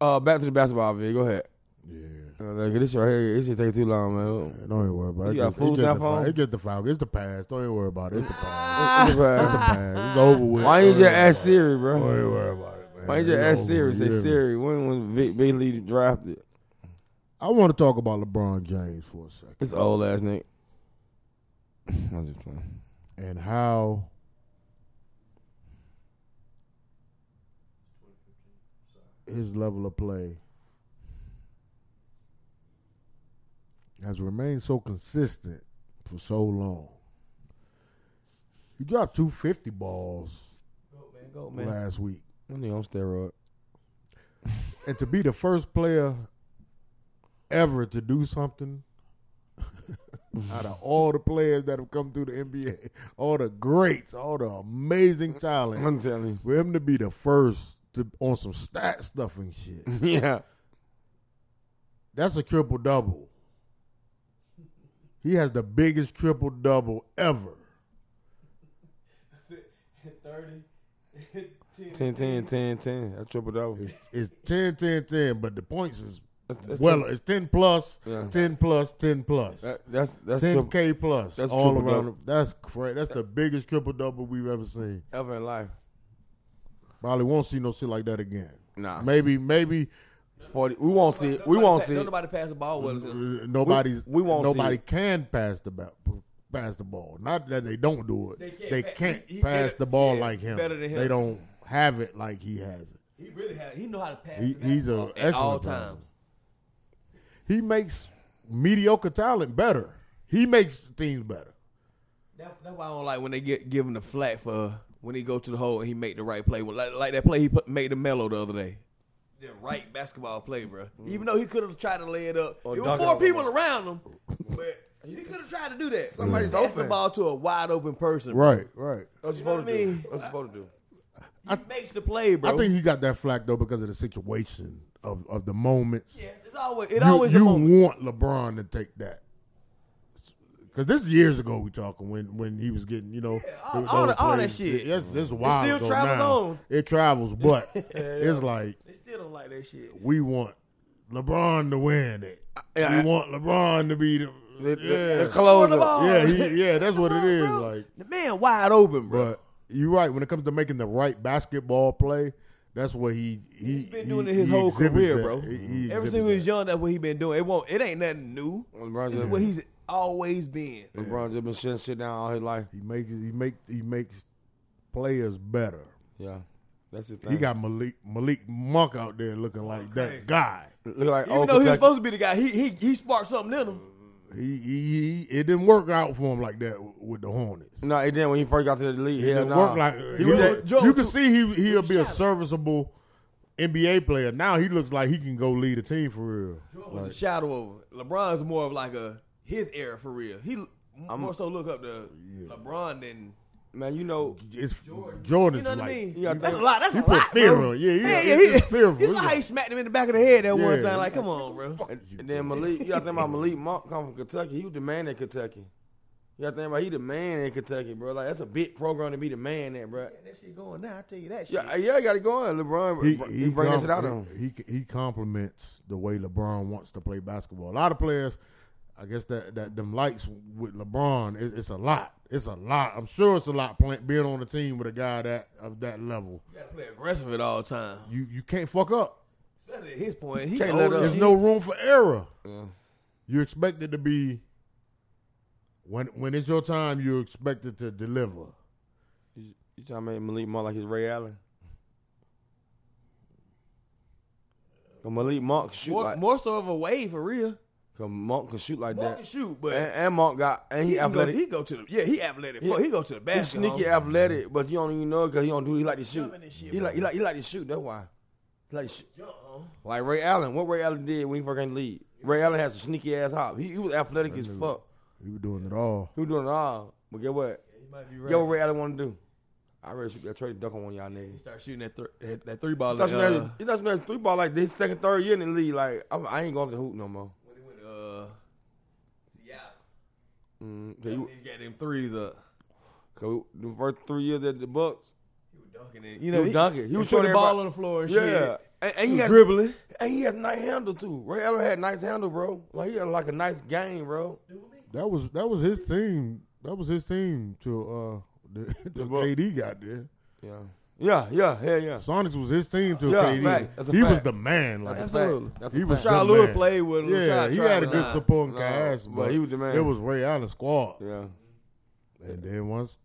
Uh, back to the basketball video. Go ahead. Yeah. Uh, like, this shit right here, this shit taking too long, *laughs* man. Don't even worry about it. You got It's just- food it's in just that the Fal- phone? It's just the Falcons. It's the past. Don't even worry about it. It's the past. It's the Why past. *laughs* It's over with. you Don't just worry ask about it. Siri, Don't bro? even worry about it, man. Why you just It's ask over Siri? with. Say Yeah. Siri, when was Vic Beasley drafted? I want to talk about LeBron James for a second This old ass nigga. *laughs* I'm just playing. and how. His level of play has remained so consistent for so long. He dropped 250 balls Go, man, Oh, go, man. last week. That nigga on *laughs* steroid. and to be the first player ever to do something *laughs* out of all the players that have come through the NBA, all the greats, all the amazing talent, I'm telling you. for him to be the first to on some stat stuffing shit, *laughs* yeah. that's a triple double. He has the biggest triple double ever. *laughs* 30. 10, 10, 10, 10. That's triple double. It's, it's 10, 10, 10, but the points is That's, that's well, triple- it's 10 plus, Yeah. 10 plus, 10 plus. that, that's that's Ten triple K plus that's all triple around. double. the- That's correct. That's the biggest triple double we've ever seen. ever in life. Probably won't see no shit like that again. Nah, Maybe, maybe forty. We won't see. It. We won't see. Don't It. nobody pass the ball with us. uh, nobody's. we won't see Nobody it. can pass the ball. Pass the ball. Not that they don't do it. They They can't, can't pa- he- he pass better- the ball yeah, like him. better than him. They don't have it like he has it. He really had. He know how to pass. He- the he's a basketball at excellent all passer. times. He makes mediocre talent better. He makes teams better. That, that's why I don't like when they get give him the flat for when he go to the hole and he make the right play. Well, Like, like that play he put, made the mellow the other day. The right basketball play, bro. Mm. Even though he could have tried to lay it up, Or there were dunk it four on people around him, *laughs* but he could have tried to do that. Somebody's Pass the open. ball to a wide open person. Bro. Right, right. What you know what supposed I to do? mean? What you supposed to do? He makes the play, bro. I think he got that flack though because of the situation of of the moments. yeah, it's always it you, always a you want moment. LeBron to take that. Cause this is years ago we talking when when he was getting you know all- those all that- all that plays. shit. Yes, this is wild. still though travels now. on. It travels, *laughs* but it's like They still don't like that shit. we want LeBron to win it. yeah, I- we want LeBron to be Uh, the yeah. The closer. Throw the ball. yeah, he, yeah, that's what it Come on, is. bro. Like, the man wide open, bro. but you're right. When it comes to making the right basketball play, that's what he he He's been doing he- it his he whole exhibits career, that. bro. He- he Ever exhibits since he was that. young, that's what he been doing. It won't. It ain't nothing new. LeBron This is just, what he's always been. LeBron just been shutting shit down all his life. He makes he make he makes players better. Yeah. That's his thing. He got Malik Malik Monk out there looking like crazy. that guy. look like Even old though he was Kentucky. supposed to be the guy, he he he sparked something in him. He, he, he it didn't work out for him like that w- with the Hornets. No, it didn't when he first got to the league. It Hell didn't no. work like he was- was- Joe- you can see he he'll be a serviceable NBA player. Now he looks like he can go lead a team for real. Jordan was a shadow over. LeBron's more of like a his era for real. He i more so look up to LeBron than man, you know, It's Jordan. Jordan's you know what like I mean? you gotta that's a think- lot. That's he a put lot. fear bro. on. Yeah, yeah, yeah, it's- it's he- fearful. You saw how he smacked him in the back of the head that one Yeah. time. Like, come on, bro. and then Malik. You got to think about Malik Monk come from Kentucky. He was the man in Kentucky. You got to think about he the man in Kentucky, bro. Like that's a big program to be the man at, bro. That shit going now. I tell you that shit. Yeah, yeah, you got to go on. LeBron, he, bring this shit out on. compl- him. He he compliments the way LeBron wants to play basketball. A lot of players, I guess that that them likes with LeBron, it, it's a lot. It's a lot. I'm sure it's a lot playing being on a team with a guy that of that level. You gotta play aggressive at all times. You you can't fuck up. Especially at his point. He Can't old let as up. There's shit. no room for error. Yeah. You're expected to be when when it's your time. You're expected to deliver. You, you trying to make Malik Monk like his Ray Allen? 'Cause Malik Monk shoot more, like, more so of a wave for real. cause Monk can shoot like Monk that. can shoot, And, but and Monk got and he, he, can go, athletic. he go to the yeah he athletic. Yeah. Fuck, he go to the basket. He's sneaky homie. athletic, but you don't even know because he don't do. He like to shoot. Jumping and shit, He bro. like he like he like to shoot. That's why. He like to shoot. Jump, homie. Like Ray Allen. What Ray Allen did when he fucking lead. Ray Allen has a sneaky ass hop. He, he was athletic as fuck. You were doing it all. He was doing it all. But get what? He might be Get what right. Ray Allen want to do? I ready to shoot that trade dunk on one of y'all niggas. He start shooting that, thr- that that three ball. That's uh, uh, that, that's that three ball like this second third year in the league. Like I'm, I ain't going to the hoop no more. when he went uh, Seattle. Mm, cause He you, got them threes up. cause the first three years at the Bucks, He was dunking it. You know, he- he was putting shooting the everybody- ball on the floor and yeah, shit. and, and He he was has dribbling. and he has a nice handle too. Ray Allen had a nice handle, bro. Like he had like a nice game, bro. That was that was his team. That was his team till uh *laughs* the, till Bucks. KD got there. Yeah, yeah, yeah, yeah, yeah. Sonics was his team till Yeah, KD. fact. That's a he was fact. the man. Like That's a fact. Absolutely. That's he a was fact. Rashad the Lewis man. played with him. Yeah, Rashad he tried had a to good lie. supporting Nah, cast, but but he was the man. It was Ray Allen's squad, Yeah. and then once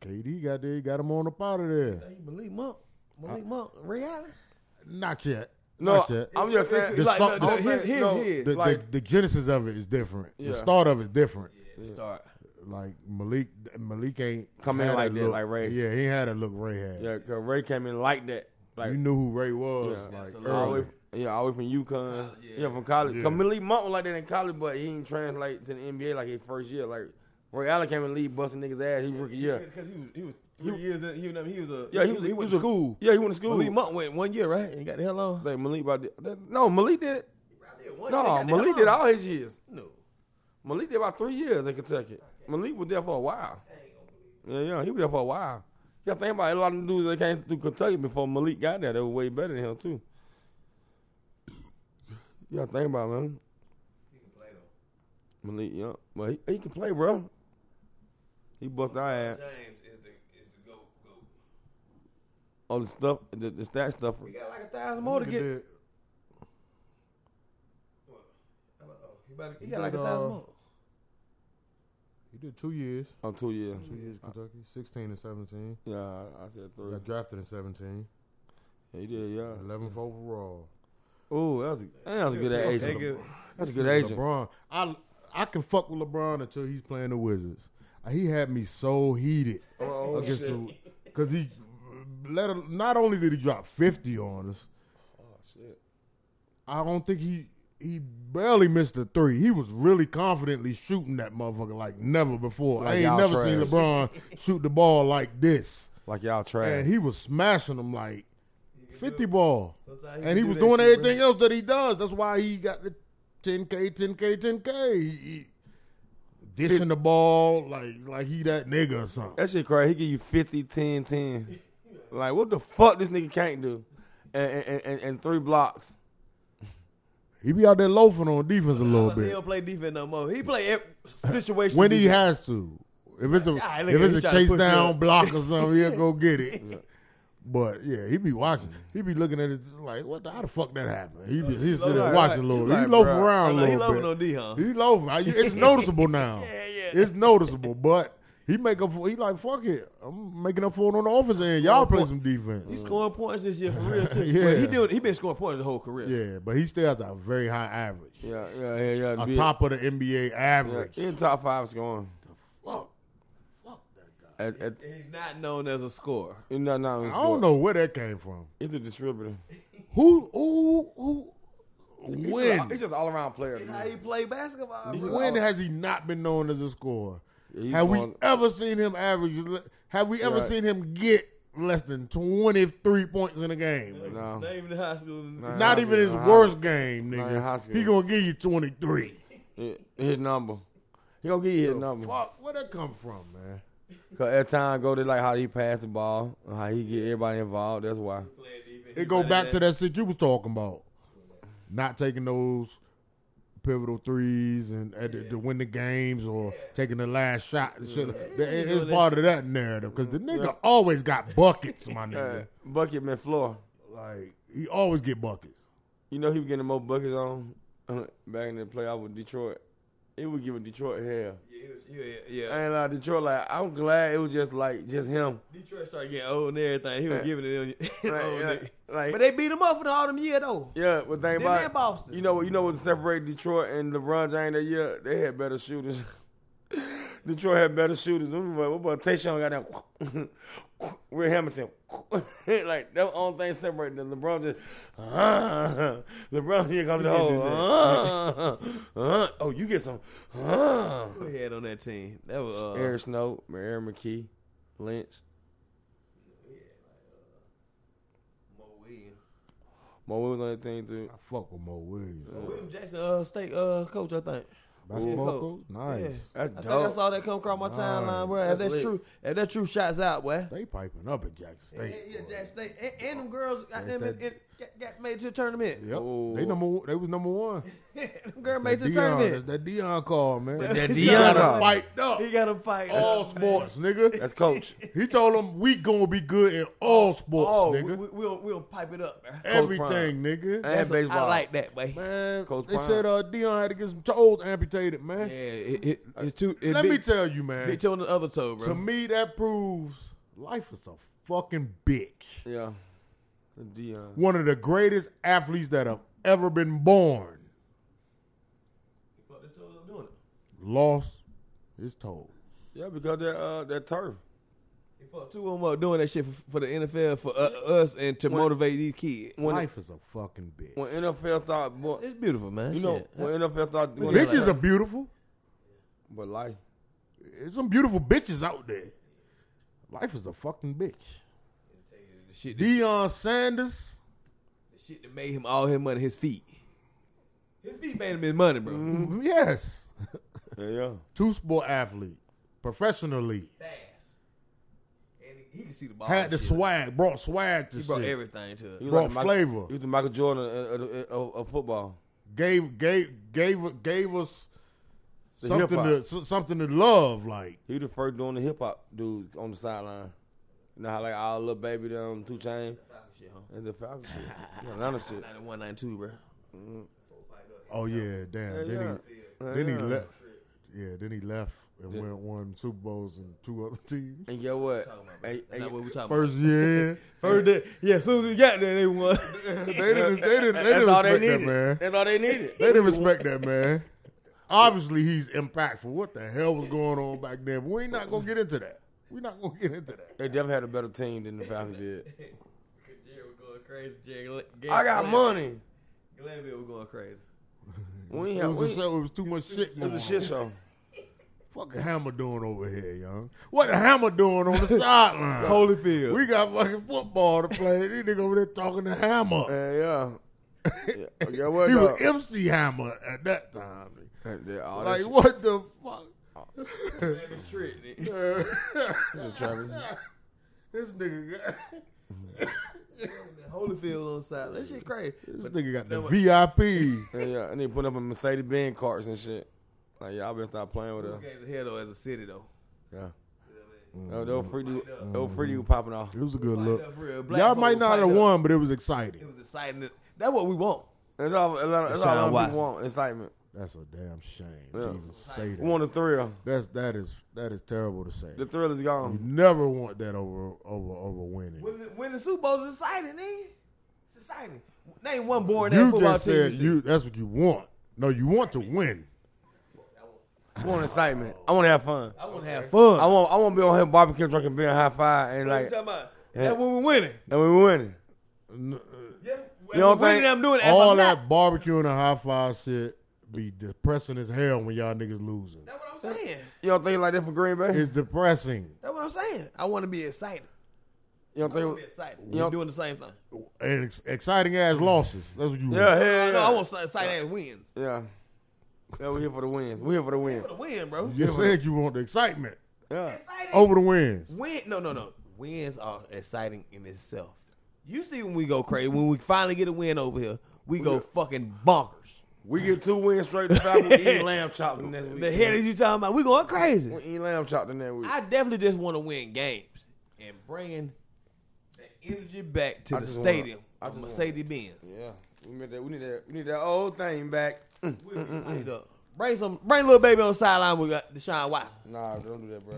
KD got there, he got him on up out of there. Hey, Malik Monk, Malik Monk, Ray Allen. Not yet. No, Not yet. I'm just saying. The It's like, start- no, no, the- here's- here's no, his. the, like- the, the genesis of it is different. Yeah. The start of it is different. Start. Like Malik, Malik ain't Come in had like a that, look- like Ray. Yeah, he had a look Ray had. Yeah, cause Ray came in like that. Like you knew who Ray was. Yeah. like Absolutely. early. all the way, yeah, all the way from UConn. College, Oh, Yeah. yeah. from college. Yeah. Cause Malik Monk was like that in college, but he didn't translate to the NBA like his first year. Like Ray Allen came in the league busting niggas ass. He rookie year. because he was he was three years. In, he, was- he was a Yeah, he he, was- was, he he went was to a- school. Yeah, he went to school. Malik Monk went one year right and he got the hell on. Like Malik about did- that- no Malik did no No, Malik did all his years. No. Malik did about three years in Kentucky. Malik was there for a while. Yeah, yeah, he was there for a while. You gotta think about it, a lot of dudes that came through Kentucky before Malik got there, they were way better than him too. You gotta think about it, man. Malik, yeah. But he, he can play, bro. He bust our ass. James is the is the goat. goat. All the stuff, the, the stat stuff. We got like a thousand more to get. Did- Uh-oh, He, about to, he He got like a did, thousand uh, more. He did two years. On two years. Two years Kentucky, sixteen and seventeen. Yeah, I, I said three. Got drafted in seventeen. Yeah, he did, yeah. 11th overall. Oh, that was a, that was a good Take agent. it. That's a good agent. LeBron, I I can fuck with LeBron until he's playing the Wizards. He had me so heated Oh, against shit. the because he let a, not only did he drop fifty on us, Oh, shit. I don't think he he barely missed a three. He was really confidently shooting that motherfucker like never before. Like I ain't y'all never seen trash. LeBron shoot the ball like this, Like y'all and trash. he was smashing them like fifty ball. Sometimes And can he do was that doing shit, everything else that he does. That's why he got the 10K, 10K, 10K. He, he dishing the ball like like he that nigga or something. That shit crazy. He give you 50, 10, 10. Like, what the fuck this nigga can't do? And, and, and, and three blocks. He be out there loafing on defense a little I say He bit don't play defense no more. He play every situation. when he has to. If it's a Ah, look if at him, he it's a trying to chase push down up. block or something, he'll go get it. *laughs* But yeah, he be watching. He be looking at it like, what? The, how the fuck that happened? He be he sit there Right, watching a right. little. Right, bit. He loaf bruh. around a Oh, no, little he loving bit. on D, huh? *laughs* He loafing. I- It's noticeable now. Yeah, yeah. It's noticeable, but He make up for. He like fuck it. I'm making up for it on the offense end. Y'all play some defense. He's scoring points this year for real too. *laughs* Yeah. But he doing he been scoring points the whole career. Yeah, but he still has a very high average. Yeah, yeah, yeah, yeah. A Be- top of the NBA yeah, average. he in top five scoring. Fuck. Fuck that guy. At, at, He's not known as a scorer. no, no, I don't know where that came from. He's a distributor. Who? Who? Who? He's When? just, he's just all around player. That's man. how he play basketball. bro. When has he not been known as a scorer? Yeah, he's have we on- ever seen him average? le- Have we ever Right. seen him get less than twenty three points in a game? nigga? No. Not even in high school. Nah. Not Nah, even his nah. worst game, Nah, high nigga. school. He gonna give you twenty three. His- His number. He gonna give you his number. Fuck, where that come from, man? Cause every time I go to like how he passed the ball, how he get everybody involved. That's why. Playing defense. It go back to that shit you was talking about, not taking those pivotal threes and uh, to, to win the games or taking the last shot. And shit. That- it- It's part of that narrative because the nigga always got buckets, my Uh, nigga. bucket man floor. Like he always get buckets. You know he was getting more buckets on uh, back in the playoff with Detroit. It was giving Detroit hell. Yeah, it was- yeah, yeah. And like Detroit, like I'm glad it was just like just *laughs* him. Detroit started getting old and everything. He was Yeah. giving it. on you. *laughs* Like, old like, nigga. like- but Oh, they beat him up for the autumn year though. yeah, but think Them about and Boston. You know what? You know what separated Detroit and LeBron James that year? They had better shooters. *laughs* Detroit had better shooters. Them boy- What about Tayshaun got down? *laughs* Will Hamilton. *laughs* like that was the only thing separating them. LeBron just *laughs* LeBron here comes the can't do hole. *laughs* Uh, uh, oh, you get some. Uh. Who he had on that team? That was uh, Aaron Snow, Aaron McKee, Lynch, Mo Williams. Mo Williams on that team too. I fuck with Mo Williams. Mo Williams Jackson, uh, state uh, coach, I think. Basketball Ooh. coach? Yeah. nice. That's I think I dope. saw that come across my timeline, bro. If That's that's lit. true, if that's true, shots out, boy. They piping up at Jackson Yeah, State. yeah, boy. Jack State. And, and them girls got, That's them in, that- in, got, got made to the tournament. Yep. Ooh. They number. One, they was number one. *laughs* them girls made to Oh. the Dion, that's tournament. that Dion call, man. *laughs* that He Dion got 'em call. Piped up. He got them fight. all sports, nigga. That's *laughs* coach. *laughs* He told them we gonna be good in all sports, Oh, we, nigga. we, we'll, we'll pipe it up, man. Everything, nigga. *laughs* And baseball. I like that, boy. man, Coach they Prime. said uh, Dion had to get some toes amputated, man. Yeah, it, it, it's too. It Let big, me tell you, man. big toe on the other toe, bro. To me, that proves life is a fucking bitch. Yeah. Dion. One of the greatest athletes that have ever been born Fuck this toe up doing it. lost his toes. Yeah, because that uh that turf. He fucked two of them up doing that shit for, for the NFL, for uh, us, and to motivate these kids. When life is a fucking bitch. when NFL thought boy, It's beautiful, man. you know Shit. when NFL thought when bitches like, are beautiful. but life. There's some beautiful bitches out there. Life is a fucking bitch. the shit, that, Deion Sanders. the shit that made him all his money, his feet. His feet made him his money, bro. Mm-hmm. Yes. Yeah, yeah. Two sport athlete. Professionally. Fast, and he, he could see the Oh, ball. Had and the shit. swag. Brought swag to He brought shit. everything to it. He was Brought the Michael- flavor. He was the Michael Jordan of, of, of, of football. Gave gave gave gave us The something to hip-hop. s- something to love. Like He the first doing the hip hop dudes on the sideline. You know how like all little baby them two chain Shit, huh? and the Falcon shit. You know, Atlanta shit. 91, 92, bro. Mm-hmm. oh yeah, damn. Yeah, then he yeah. then he Yeah. left. Yeah, then he left and went won Super Bowls and two other *laughs* teams. And get what? And, That's and, not what we talking about. First *laughs* year, First day, yeah. As soon as he got there, they *laughs* won. they didn't they didn't, they that's didn't all respect they that needed. man. That's all they needed. They didn't respect that man. Obviously, he's impactful. What the hell was going on back then? But we're not gonna get into that. We're not gonna get into that. They definitely had a better team than the Falcons did. Jerry was going crazy. Jerry, I got money. Glenville was going crazy. We ain't It have. was, We, a show, it was too much shit. it was a *laughs* shit show. Fucking hammer doing over here, young. What the hammer doing *laughs* on the sideline? Holyfield. We got fucking football to play. These nigga over there talking to hammer. Yeah, yeah. yeah. yeah *laughs* what he though? was MC Hammer at that time. Yeah, all Like that what the fuck? Travis Tritt. shit, Travis. *laughs* This nigga got *laughs* Holyfield on the side. That shit crazy. this nigga got the VIP. Yeah, yeah. And they put up in Mercedes Benz carts and shit. Like y'all better stop playing with Who us. gave the hell though as a city though? Yeah. You know what No, those free dude, those free dude popping off. It was a good I mean? Fight look. up for real. Black Y'all folk might not fight have up. won, but it was exciting. It was exciting. That's what we want. That's all. That's all, that's all a Deshaun lot of Watson. people want excitement. That's a damn shame Yeah. to even say We that. want a thrill. That's that is that is terrible to say. The thrill is You gone. never want that over over over winning. When the, when the Super Bowl is exciting, nigga. It's exciting. Name one boring ass You football just team. said and shit. you that's what you want. No, you want to win. I want excitement. I want to have fun. I want to have fun. I want. I want to be on here barbecue, drinking beer, high five, and What you like, talking about? Yeah. That's when we're winning. and we winning. N- uh, Yeah, You don't I'm winning. think- I'm doing it. If All I'm not- that barbecue and the high five shit be depressing as hell when y'all niggas losing. That's what I'm saying. You don't think like that for Green Bay? It's depressing. That's what I'm saying. I want to be excited. You I don't want to be think? excited. You We're know- doing the same thing. And ex- exciting ass losses. That's what you Yeah, want. hell yeah. No, I want excited ass wins. Yeah. Yeah, we here for the wins. We here for the win. For the win, bro. You just said you want the excitement Yeah. Exciting. over the wins. Win? No, no, no. Wins are exciting in itself. You see when we go crazy, when we finally get a win over here, we go fucking bonkers. We get two wins straight. *laughs* The Falcons eating lamb chops the next week. The hell is you talking about? We going crazy. we eating lamb chops the next week. I definitely just want to win games and bringing the energy back to I the just wanna- stadium. I of just wanna- Mercedes Benz. yeah, we need that. We need that. We need that old thing back. *clears throat* Mm. We'll be light up. Bring some, bring little baby on the sideline with uh, Deshaun Watson. Nah, don't do that, bro.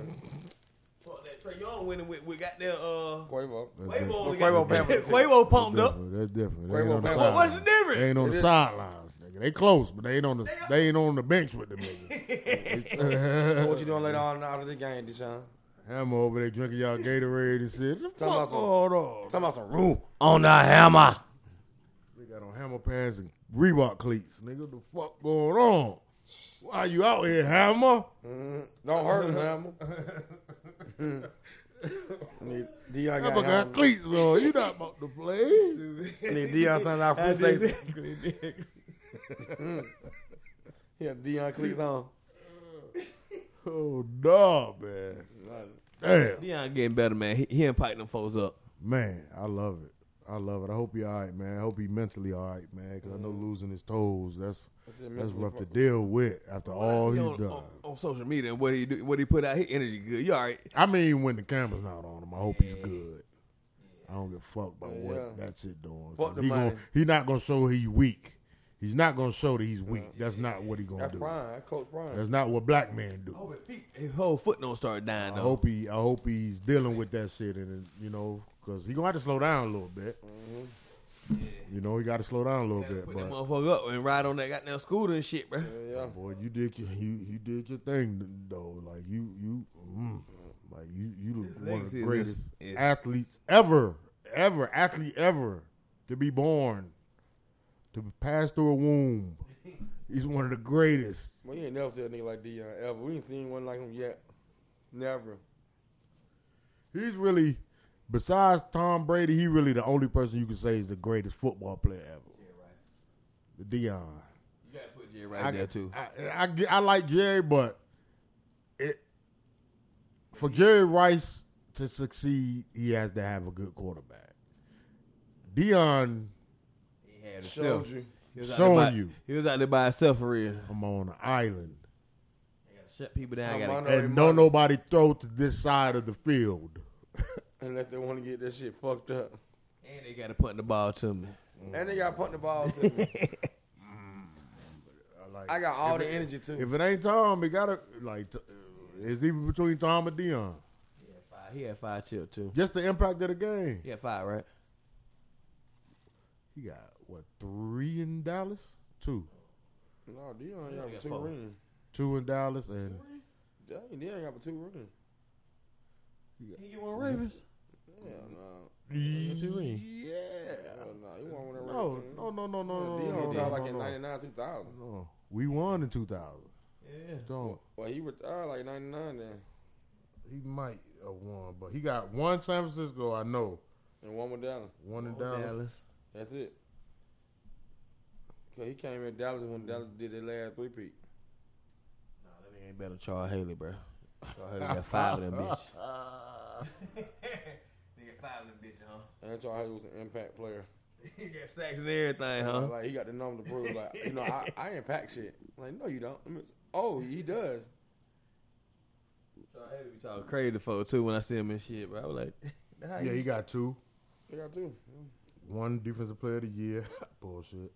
Fuck that Trey Young winning with, with goddamn uh, Quavo. Quavo. only Quavo got- Pamphlet. Quavo pumped That's up. different. That's different. They Quavo ain't on the Pamphlet. sideline. What's the difference? They ain't on the It is- sidelines, nigga. They close, but they ain't on the they ain't on the bench with them So *laughs* niggas. what you doing later on after the game, Deshaun? Hammer over there drinking y'all Gatorade and shit. The Talking about fuck some- hold on. Talking about some room on the hammer. They got on hammer pants and Reebok cleats, nigga. The fuck going on? Why you out here, hammer? Don't hurt him, hammer. *laughs* Need Dion Hammer got got hammer. cleats on. You not about to *laughs* play? Need Dion signing out I free did safety. exactly. *laughs* Yeah, Dion cleats on. Oh, dog, man. Damn, Deion getting better, man. He, he ain't piping them folks up. man. I love it. I love it. I hope he all right, man. I hope he mentally all right, man. Because I know losing his toes, that's Mm-hmm. That's it, that's mentally rough to fucked deal with after all Honestly, he's on, Oh, done. On, on social media and what he do, what he put out, his energy good. You all right? I mean, when the camera's not on him, I hope he's good. I don't give a fuck about what Yeah. that shit doing. Fuck the he money. Gonna, he not gonna show he weak. He's not gonna show that he's weak. That's not what he gonna That's do. Brian. That's Coach Brian. That's not what black men do. Oh, his feet, his whole foot don't start dying I though. hope he I hope he's dealing with that shit and you know because he gonna have to slow down a little bit. Mm-hmm. You know he got to slow down a little Gotta bit, Put that but motherfucker up and ride on that goddamn scooter and shit, bro. yeah. boy, you did your, you you did your thing though. Like you you mm, like you you the- one of legacy the is- greatest is- athletes ever ever athlete ever to be born to pass through a *laughs* womb. He's one of the greatest. Well, you ain't never seen a nigga like Dion ever. We ain't seen one like him yet. Never. He's really besides Tom Brady, he really the only person you can say is the greatest football player ever. The Dion. You gotta put Jay right there too. I, I, get- I like Jerry, but it for Jerry Rice to succeed, he has to have a good quarterback. Dion, He had Showed himself. you. He was out Showing there by- you. He was out there by himself for real. I'm on an island, I gotta shut people down. I I'm on gotta, No, it and don't might- nobody throw to this side of the field. Unless they want to get that shit fucked up. and they gotta punt the ball to me. And they got punt the ball to me. Mm. Like, I got all the energy too. if it ain't Tom, it gotta like t- uh, it's even between Tom and Dion. He had five, he had five chip too. Just the impact of the game. He had five, right? He got what three in Dallas, two, no, Dion Dion got got two four. rings. two in Dallas, and Dang, Dion got two rings. He get one Ravens. Yeah, no. two ring. Yeah. Hell no. You want one of No, no, no, no, no, no, Dion no, no, retired no, like no, in no. 99, 2000. No. Oh, We won in 2000. Yeah. Don't. Well, he retired like 99 then. He might have won, but he got one San Francisco, I know. And one with Dallas. One in Oh, Dallas. Dallas. That's it. Cause he came in Dallas when Dallas did their last three peat. Nah, that nigga ain't better than Charles Haley, bro. Charles Haley got five *laughs* of them bitch. Ah. *laughs* nigga five of them bitch, *laughs* huh? And Charles was an impact player. he got sacks and everything, huh? Like he got the number to prove. Like you know, I, I impact shit. I'm like no, you don't. I mean, oh, he does. Charles Haley be talking crazy for too when I see him and shit, bro. I was like, *laughs* nah, how yeah, you- he got two. He got two. *laughs* One defensive player of the year. Bullshit.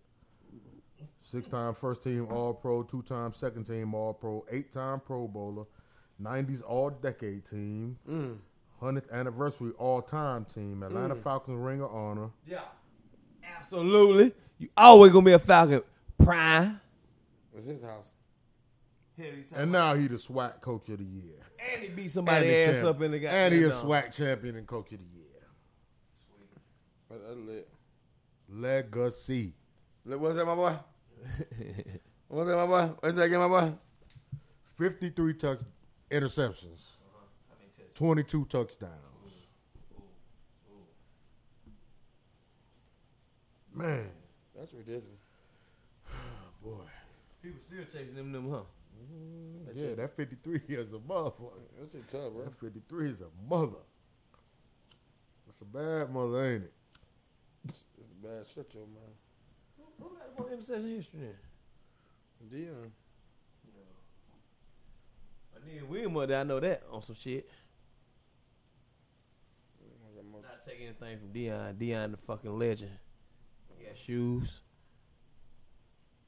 Six-time first-team All-Pro, two-time second-team All-Pro, eight-time Pro Bowler, '90s All-Decade Team, Mm. 100th anniversary All-Time Team, Atlanta Falcons Ring of Honor. Yeah. Absolutely. You always gonna be a Falcon. Prime. It's his house. And now he the SWAT Coach of the Year. *laughs* And he beat And somebody the ass champ- up in the guy. And he a SWAT champion and Coach of the Year. But that's lit. Legacy. Look, What's that, my boy? What's that, my boy? What's that again, my boy? 53 touch interceptions, 22 touchdowns. Man, That's ridiculous. boy. People still chasing them, them, huh? Yeah, that 53 *laughs* is a motherfucker. That shit tough, bro. That 53 is a mother. That's a bad mother, ain't it? It's a bad stretch your mind. Who got the more interception history then? Dion. I need William that I know that on some shit. Not taking anything from Dion. Dion the fucking legend. He got shoes.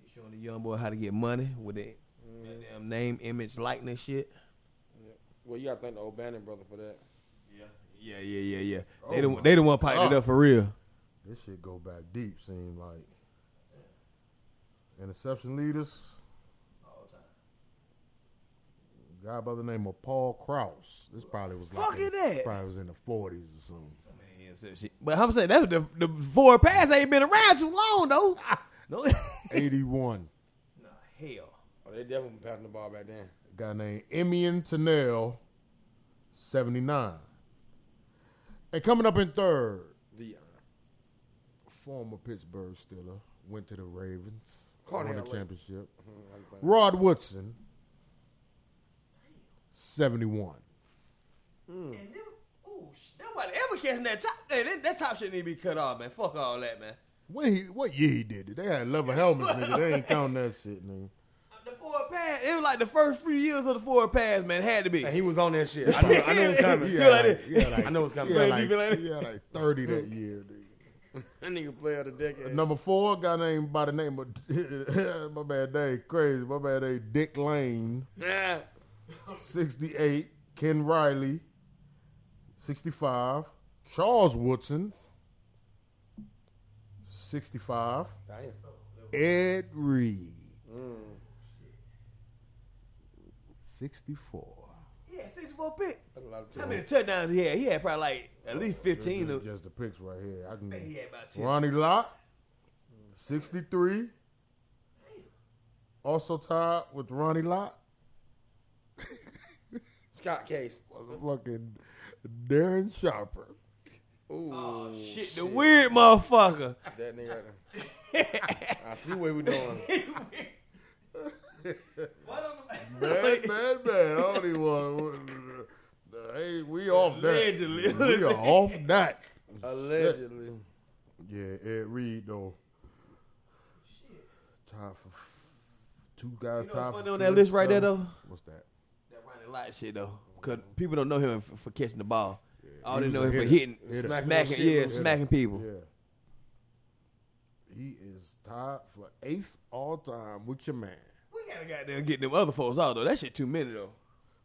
He showing the young boy how to get money with that goddamn name, image, likeness shit. Well, you gotta thank the O'Bannon brother for that. Yeah, yeah, yeah, yeah. yeah. Oh they the my they the one piping it God. up for real. This shit go back deep, seem like. Interception leaders, a guy by the name of Paul Kraus. This probably was like Fuck in- it, that. probably was in the 40s or something. But I'm saying that's the the forward pass ain't been around too long *laughs* though. No, 81. nah, hell. Oh, they definitely been passing the ball back then. A guy named Emian Tennell, 79. And coming up in third, *laughs* Dion. former Pittsburgh Steeler, went to the Ravens, Cornell won the Lake. championship. Mm, Rod Woodson, 71. And them, ooh, sh- nobody ever catching that top. Hey, that, that top shit need to be cut off, man. Fuck all that, man. When he, what year he did it? They had leather helmets, nigga. They ain't counting that shit, nigga. The forward pass, it was like the first few years of the forward pass, man. Had to be. he was on that shit. I know, I know what's *laughs* coming. He Yeah. had like like, that. he had like, I know what's he *laughs* coming. had Yeah. like, You like that? he had like 30 that year, nigga. That nigga play out the decade. Number four, a guy named by the name of *laughs* my man, they crazy. My man, they Dick Lane, Nah. sixty-eight. Ken Riley, sixty-five. Charles Woodson, sixty-five. Damn. Ed Reed, sixty-four. Yeah, 64 pick. That's a lot of How time. many touchdowns he had? He had probably like at least 15. Just, of- just the picks right here. I Man, he can. had about 10. Ronnie Lott, sixty-three. Also tied with Ronnie Lott. Scott Case. fucking Darren Sharper. Ooh. Oh, shit, the *laughs* weird motherfucker. That nigga right there. I see what we doing. One of them- *laughs* Bad, bad, bad. I don't even want to. Hey, we off that. Allegedly. We are off that. Allegedly. Yeah, Ed Reed, though. Tied for f- two guys You know tied what's for funny on fifth, that list right there, seventh. though? What's that? That Ronnie Lott shit, though. Because people don't know him for, for catching the ball. All he they was know a him for hitter. hitting, Hitter. smacking, Smacking shit, yeah, hitter. smacking people. Yeah. He is tied for eighth all time with your man. We gotta goddamn get them other folks out, though. That shit too many, though.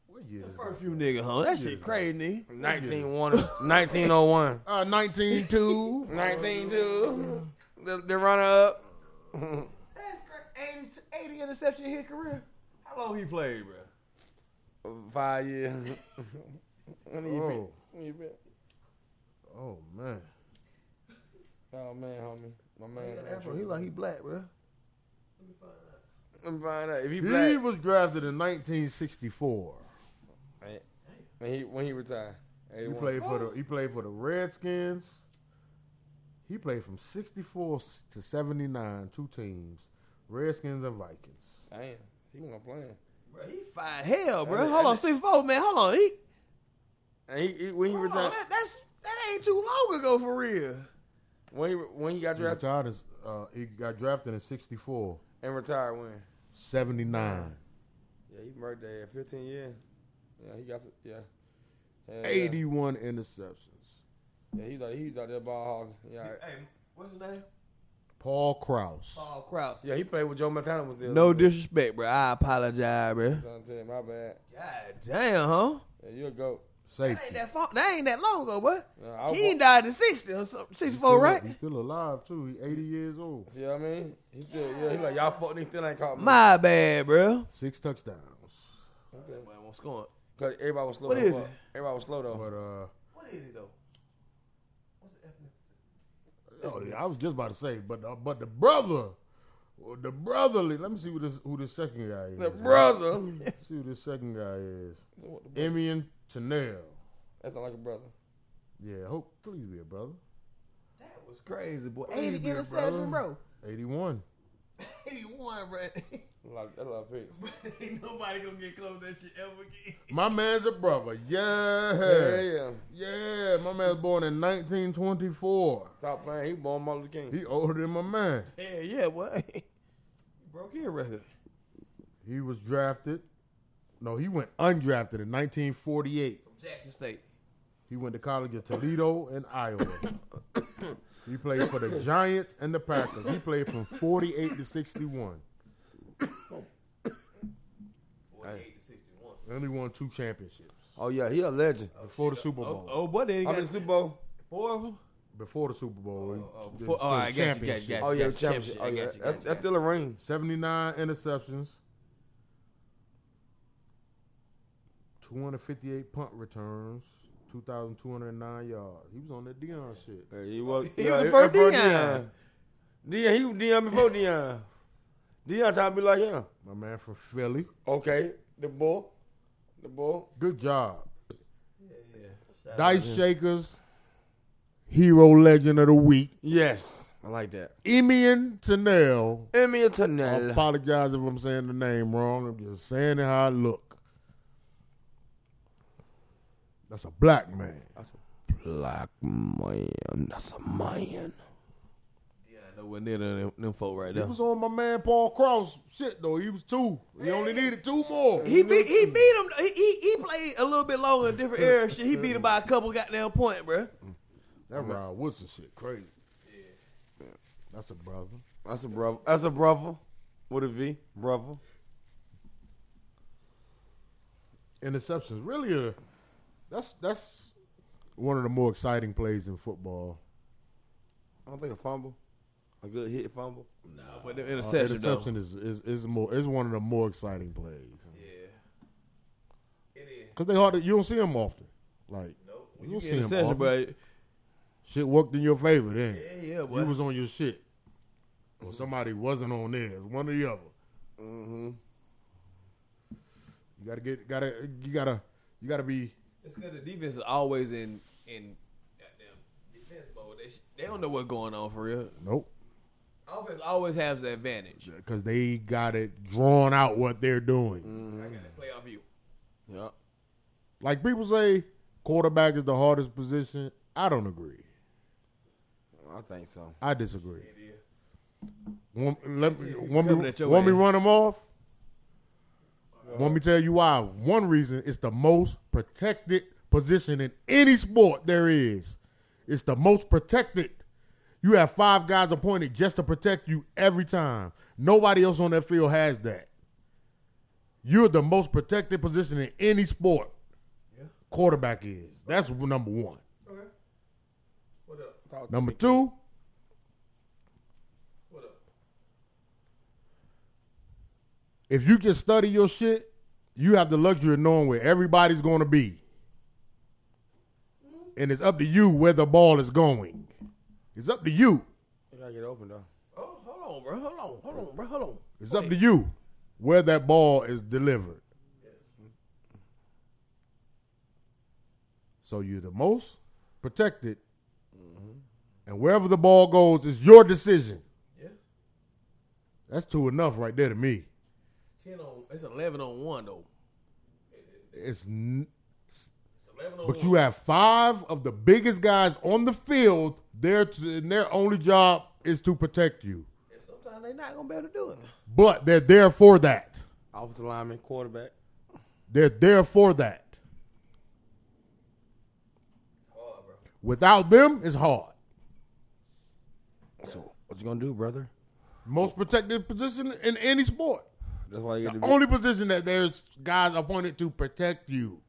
What year is that? First few nigga, huh? That shit crazy, nigga. 1901. 1901. Uh, 19 *laughs* 2. 192. The, the runner up. That's crazy. 80, 80 interception in his career. How long he played, bro? Five years. When he Oh. pick- when he pick- oh, man. Oh man, homie, my man. He's like he black, bro. I'm find out if he He black was drafted in 1964. when he when he retired. He 81. played for the he played for the Redskins. He played from 64 to 79, two teams, Redskins and Vikings. Damn, he wasn't playing. Bro, he fine hell, bro. And- Hold on, and- six four, man. Hold on, he. And he, he when he Hold retired on, that, that's that ain't too long ago for real. when he when he got He drafted retired as, uh, he got drafted in 64, and retired when. 79, Yeah, he worked there 15 years. Yeah, he got some, yeah. Hell yeah. 81 interceptions. Yeah, he's out he's out there ball hogging. Yeah, Hey, what's his name? Paul Krause. Paul Krause. Yeah, he played with Joe Montana with the No disrespect, bro. I apologize, bro. My bad. God damn, huh? Yeah, you a goat. That ain't Safety. that far, That ain't that long ago, boy. Yeah, Uh, I King wa- died at sixty or something, sixty-four, right? He's still alive too. He's 80 years old. See what I mean? He still, yeah, he like y'all fucking still ain't caught me. My bad, bro. Six touchdowns. That boy won't score. Cause everybody was slow. What though. is it? Everybody was slow though. But uh, What is it though? What's the ethnic? oh, yeah, I was just about to say, but uh, but the brother, well, the brotherly. Let me see who this who this second guy is. The brother. *laughs* Let's see who this second guy is. So what the bro- Emian Tanel. That's not like a brother. Yeah, hope please be a brother. That was crazy, boy. What Eighty is it, interception, bro? bro. 81. *laughs* Eighty-one, bro. *laughs* That's a lot, that's a lot of picks. Ain't nobody gonna get close to that shit ever again. My man's a brother. Yeah, Yeah. yeah. Yeah, my man's born in 1924. Stop playing. He born Martin Luther King. He older than my man. *laughs* Hell yeah, boy. *laughs* Broke your record. He was drafted. No, he went undrafted in 1948. From Jackson State. He went to college at Toledo and Iowa. he played for the Giants and the Packers. He played from 48 to 61. 48 to 61. And he won two championships Oh yeah, he a legend. before the Super Oh, Bowl. oh boy, then he I'm got in the Super Bowl. four of them. Before the Super Bowl. he- oh, the- before- oh, I got you, got you, championship. got you. Oh yeah, Gotcha, championship. championship. Oh I yeah, gotcha, that's, gotcha. that's still a ring. 79 interceptions, 258 punt returns, 2,209 yards. He was on that Dion shit. Yeah, he was. *laughs* He yeah, was before before Deion. Deion, he was Dion before Dion. Dion trying to be like him. My man from Philly. Okay, the bull, the bull. Good job. Yeah, yeah. Shout out. Dice Shakers, Hero Legend of the Week. Yes, I like that. Emian Tanel. Emil I Tunnel. apologize if I'm saying the name wrong. I'm just saying it how I look. That's a black man. That's a black man. That's a man. Yeah, I know what near them, them folk right He there. was on my man Paul Cross shit though. He was two. He only needed two more. *laughs* He beat he beat him. He, he he played a little bit longer in different era. Shit, he beat him by a couple goddamn point, bro. That Rod Woodson shit crazy. That's a brother. That's a brother. That's a brother. With a V, brother. Interceptions really. A, that's that's one of the more exciting plays in football. Uh, I don't think a fumble, a good hit fumble. No, but the Uh, interception, interception is, is is more is one of the more exciting plays though. Yeah, it is. because they hard to, you don't see them often. Like Nope. you When you don't get see them interception, often. bro. Shit worked in your favor then. Yeah, yeah, boy. You was on your shit, or somebody wasn't on theirs. One or the other. Mm-hmm. You gotta get gotta you gotta you gotta be It's because the defense is always in in goddamn defense mode. They, sh- they don't know what's going on for real. nope. Offense always has the advantage. because they got it drawn out what they're doing. I got to play off you. Yeah. Like people say, quarterback is the hardest position. I don't agree. I think so. I disagree. It is. Want, let me, want, coming at me, your want me ass. run them off? Want me tell you why? One reason it's the most protected position in any sport there is. It's the most protected. You have five guys appointed just to protect you every time. Nobody else on that field has that. You're the most protected position in any sport. Yeah. Quarterback is. That's number one. Okay. What up? Talk to Number me. two, What up? if you can study your shit, you have the luxury of knowing where everybody's going to be. And it's up to you where the ball is going. It's up to you. You gotta get open though. Oh, hold on, bro. Hold on. Hold on, bro. Hold on. It's up to you where that ball is delivered. So you're the most protected. And wherever the ball goes is your decision. Yeah. That's two enough right there to me. Ten on. It's eleven on one though. It's n- It's eleven on But one. you have five of the biggest guys on the field. Their and their only job is to protect you. and sometimes they not gonna be able to do it. But they're there for that. Offensive lineman, quarterback. They're there for that. Hard, bro. Oh, Without them, it's hard. So What you gonna do, brother? Most protected position in any sport. That's why they The got to be only position that there's guys appointed to protect you.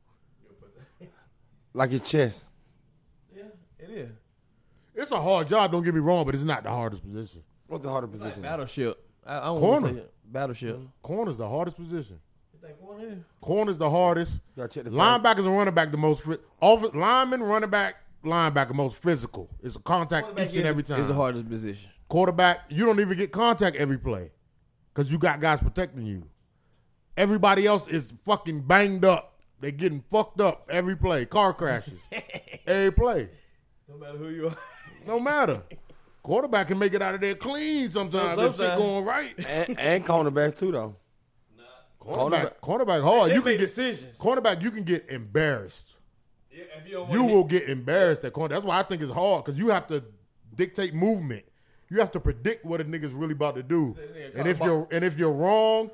like his chest. *laughs* Yeah, it is. It's a hard job, don't get me wrong, but it's not the hardest position. What's the harder Like position? battleship. I, I don't Corner. wanna say it. battleship. Corner's the hardest position. You think corner is? Corner's the hardest. Gotta check the Linebackers and running back the most. Fi- off- lineman, running back, linebacker most physical. It's a contact each and every time. It's the hardest position. Quarterback, you don't even get contact every play because you got guys protecting you. Everybody else is fucking banged up. They're getting fucked up every play. Car *laughs* crashes every play. No matter who you are. *laughs* No matter. Quarterback can make it out of there clean sometimes, if shit Sometimes. going right. and, and cornerbacks too, though. Cornerback, cornerback hard. You can get decisions. cornerback. You can get embarrassed. Yeah, if you don't You wanna will get embarrassed at corner. That's why I think it's hard because you have to dictate movement. You have to predict what a nigga's really about to do. nigga caught And if the ball. you're and if you're wrong,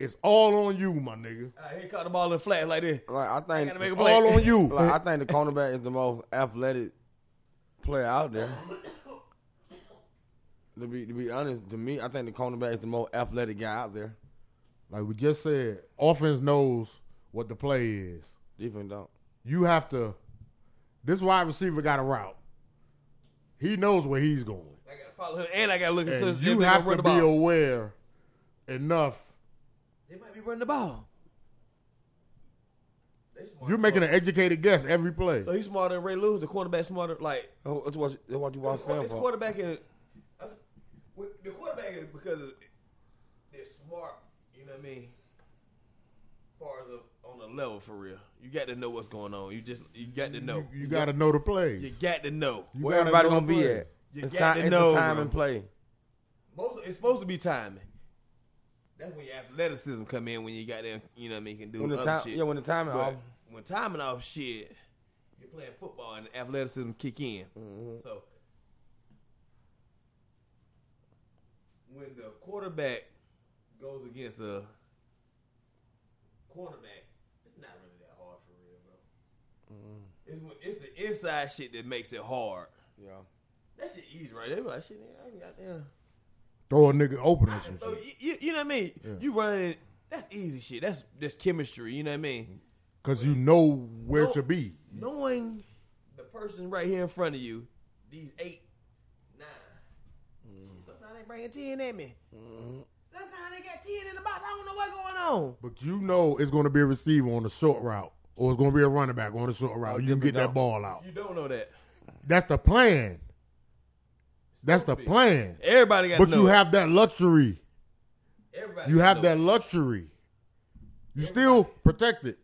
it's all on you, my nigga. hit- I hit caught the ball in the flat like this. Like I think gotta make a It's all on you. *laughs* Like I think the cornerback is the most athletic player out there. To be to be honest, to me, I think the cornerback is the most athletic guy out there. Like we just said, offense knows what the play is. Defense don't. You have to. This wide receiver got a route. He knows where he's going. I gotta follow him and I gotta look at and so- if you they have gonna run to the be ball. aware enough. They might be running the ball. They smart You're as making fuck. an educated guess every play. So he's smarter than Ray Lewis. The quarterback smarter. Like Oh, That's what that's what you watch film this for. quarterback is the quarterback is because of, they're smart. You know what I mean? Far as a, on a level for real, you got to know what's going on. You just you got to know. you got to know the plays. You got to know. You Where gotta everybody know gonna the be plays. at? You it's got time. to It's know, a time bro. and play. Most it's supposed to be timing. That's when your athleticism come in when you got there. You know what I mean? You can do When the other time, shit. yeah, when the time is But off. when timing off shit, you're playing football and athleticism kick in. Mm-hmm. So when the quarterback goes against a cornerback, it's not really that hard for real, bro. Mm-hmm. It's when it's the inside shit that makes it hard. Yeah. That shit easy, right? They be like, shit, nigga, I ain't got them. Throw a nigga open or some So shit. you, you, you know what I mean? You running, that's easy shit. That's that's chemistry. You know what I Mm-hmm. mean? Because you know where No- to be. Knowing the person right here in front of you, these eight, nine. Shit, Sometimes they bringing ten at me. Mm-hmm. Sometimes they got ten in the box. I don't know what's going on. But you know it's going to be a receiver on a short route or it's going to be a running back on a short route. You can get that don't. ball out. You don't know that. That's the plan. That's the plan. Everybody got. But to know you it. have that luxury. Everybody You gotta have know that it. luxury. You still protected.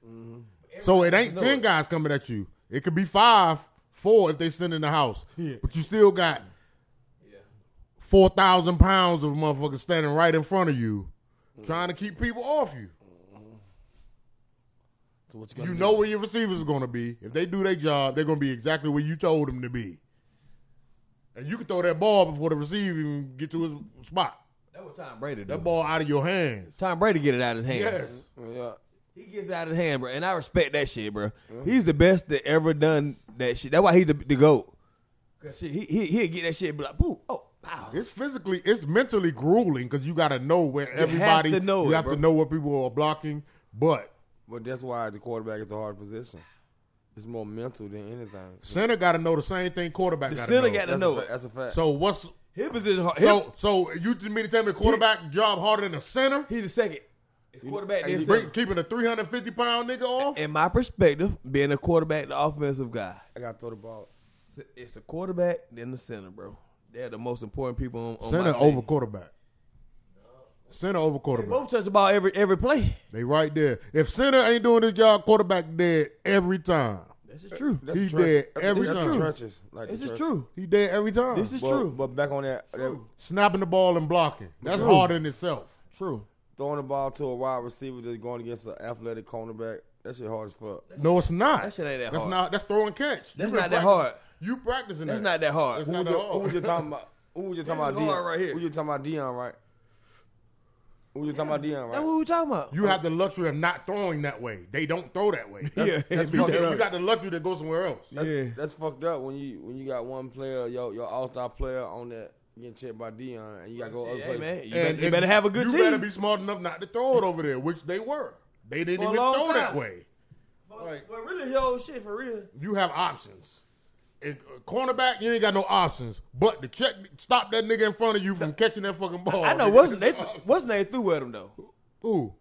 So it ain't Mm-hmm. know ten it. guys coming at you. It could be five, four if they send in the house. But you still got Yeah. four thousand pounds of motherfuckers standing right in front of you, trying to keep people off you. So what you gonna You do? know where your receivers are going to be. If they do their job, they're going to be exactly where you told them to be. And you can throw that ball before the receiver even get to his spot. That what Tom Brady That do. ball out of your hands. Tom Brady get it out of his hands. Yes. Yeah. He gets out of hand, bro, and I respect that shit, bro. Uh-huh. He's the best that ever done that shit. That's why he's the, the goat. Cause shit, he he he'll get that shit and be like, boom, oh, pow. It's physically, it's mentally grueling because you got to know where have everybody. to know you it, have bro. to know what people are blocking. But But that's why the quarterback is the hard position. It's more mental than anything. center got to know the same thing quarterback. The gotta center know. got to That's know a, it. fa- that's a fact. So what's His position, hard. so so you mean to tell me quarterback job harder than a center? he, he the second It's quarterback. and Then you center. Bring, keeping a three hundred fifty pound nigga off. In my perspective, being a quarterback, the offensive guy, I gotta throw the ball. it's the quarterback, then the center, bro. They're the most important people on, on Center my team. over quarterback. Center over They quarterback. both touch the ball every every play. They right there. If center ain't doing his job, quarterback dead every time. That's just true. That's He the trench- dead that's the- every that's the time. trenches, like This the is trenches. true. He dead every time. This is But, true. But back on that, that snapping the ball and blocking. That's hard in itself. true. throwing the ball to a wide receiver that's going against an athletic cornerback, that shit hard as fuck. No, it's not. That shit ain't that that's hard. Not, that's throwing catch. That's been not that practicing- hard. You practicing That's that. not that hard. That's Who not Who that you, who you hard. talking about? Who you talking This about? is hard Dion? right here. Who you talking about? Dion, right? Who you talking about? Dion, That's right? what we talking about. You have the luxury of not throwing that way. They don't throw that way. *laughs* Yeah. That's Fuck because it up. you got the luxury to go somewhere else. That's, Yeah. that's fucked up when you when you got one player, your your all star player on that Getting checked by Dion, and you gotta go Shit, other hey, places. man, you, And- better, you and better have a good you team. better be smart enough not to throw it over there, which they were. They didn't For a even long throw that time. way. Well, Right. well, really, yo, shit, for real. You have options. And uh, cornerback, you ain't got no options. But to check, stop that nigga in front of you from catching that fucking Oh, ball. I know nigga. what's they That's all. what's name threw at him though. Who?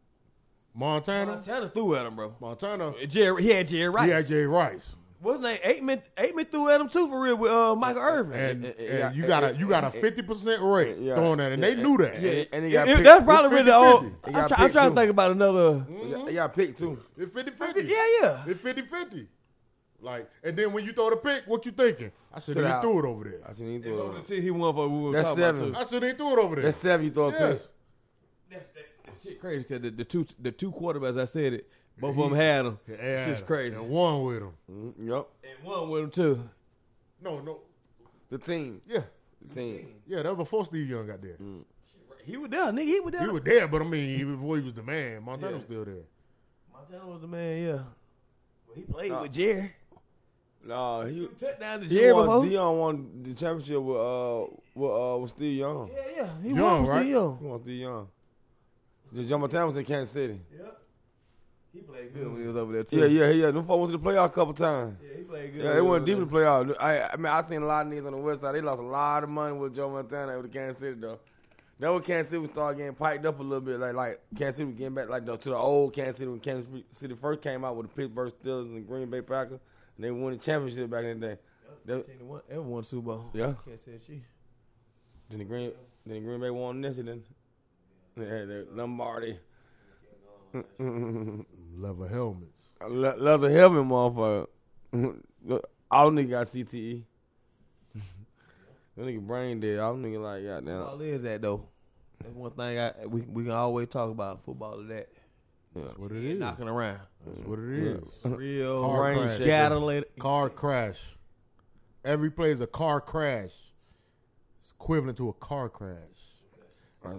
Montana. Montana threw at him, bro. Montana. Jerry, he had Jerry Rice. He had Jay Rice. What's name? Aikman. Aikman threw at him too for real with uh, Michael Irvin. And, eh, and yeah, you eh, got eh, a you got a fifty percent rate yeah, throwing that, and yeah, they knew that. yeah, And- and he got It- it- picked. that's probably It's really the only. 50-50. He I'm, got try, I'm picked, trying too. Mm. to think about another. They got- They got picked too. It's 50 50. Yeah, yeah. It's 50 50. Like, and then when you throw the pick, what you thinking? I should To the have out. threw it over there. I seen him throw it. He won for. We were Uh, That's talking about, seven. too. I should have threw it over there. That's seven. You throw a pick. Yes. That's that, that shit crazy because the, the two the two quarterbacks I said it, both of them had him. Yeah, Yeah, shit's crazy. And And one with him. Mhm, Yep. one with him too. No, no. The team. Yeah. The team. Yeah, that was before Steve Young got there. He was there, nigga. He was there. He was there, but I mean, even before he was the man, Montana Yeah. was still there. Montana was the man. Yeah, well, he played Uh, with Jerry. No, he. You touchdown to he Jerry won- before. Dion won the championship with uh with uh with Steve Young. Yeah, yeah. He Young, won right? with Young. He won Steve Young. Jamal Town was in Kansas City. Yeah. He played good when he was over there too. Yeah, yeah, yeah. Them folk went to the playoff a couple times. Yeah, he played good. Yeah, they went deep in the playoff. I, I mean, I seen a lot of niggas on the west side. They lost a lot of money with Joe Montana with the Kansas City though. That was Kansas City was started getting piped up a little bit, like like Kansas City was getting back like the, to the old Kansas City when Kansas City first came out with the Pittsburgh Steelers and the Green Bay Packers, and they won the championship back in the day. That- Team that won- Ever won Super Bowl? Yeah. Can't say she. Then the Green, then the Green Bay won this, and then yeah, the Lombardi, Leather helmets. Le- leather helmet, motherfucker. Look, *laughs* All nigga got CTE. *laughs* that nigga brain dead. All nigga like goddamn. Football is that though. That's one thing I we we can always talk about football is that That's what it is. knocking around. That's what it is. Uh-huh. Real Car brain crash. shatter later. Car crash. Every play is a car crash. It's equivalent to a car crash.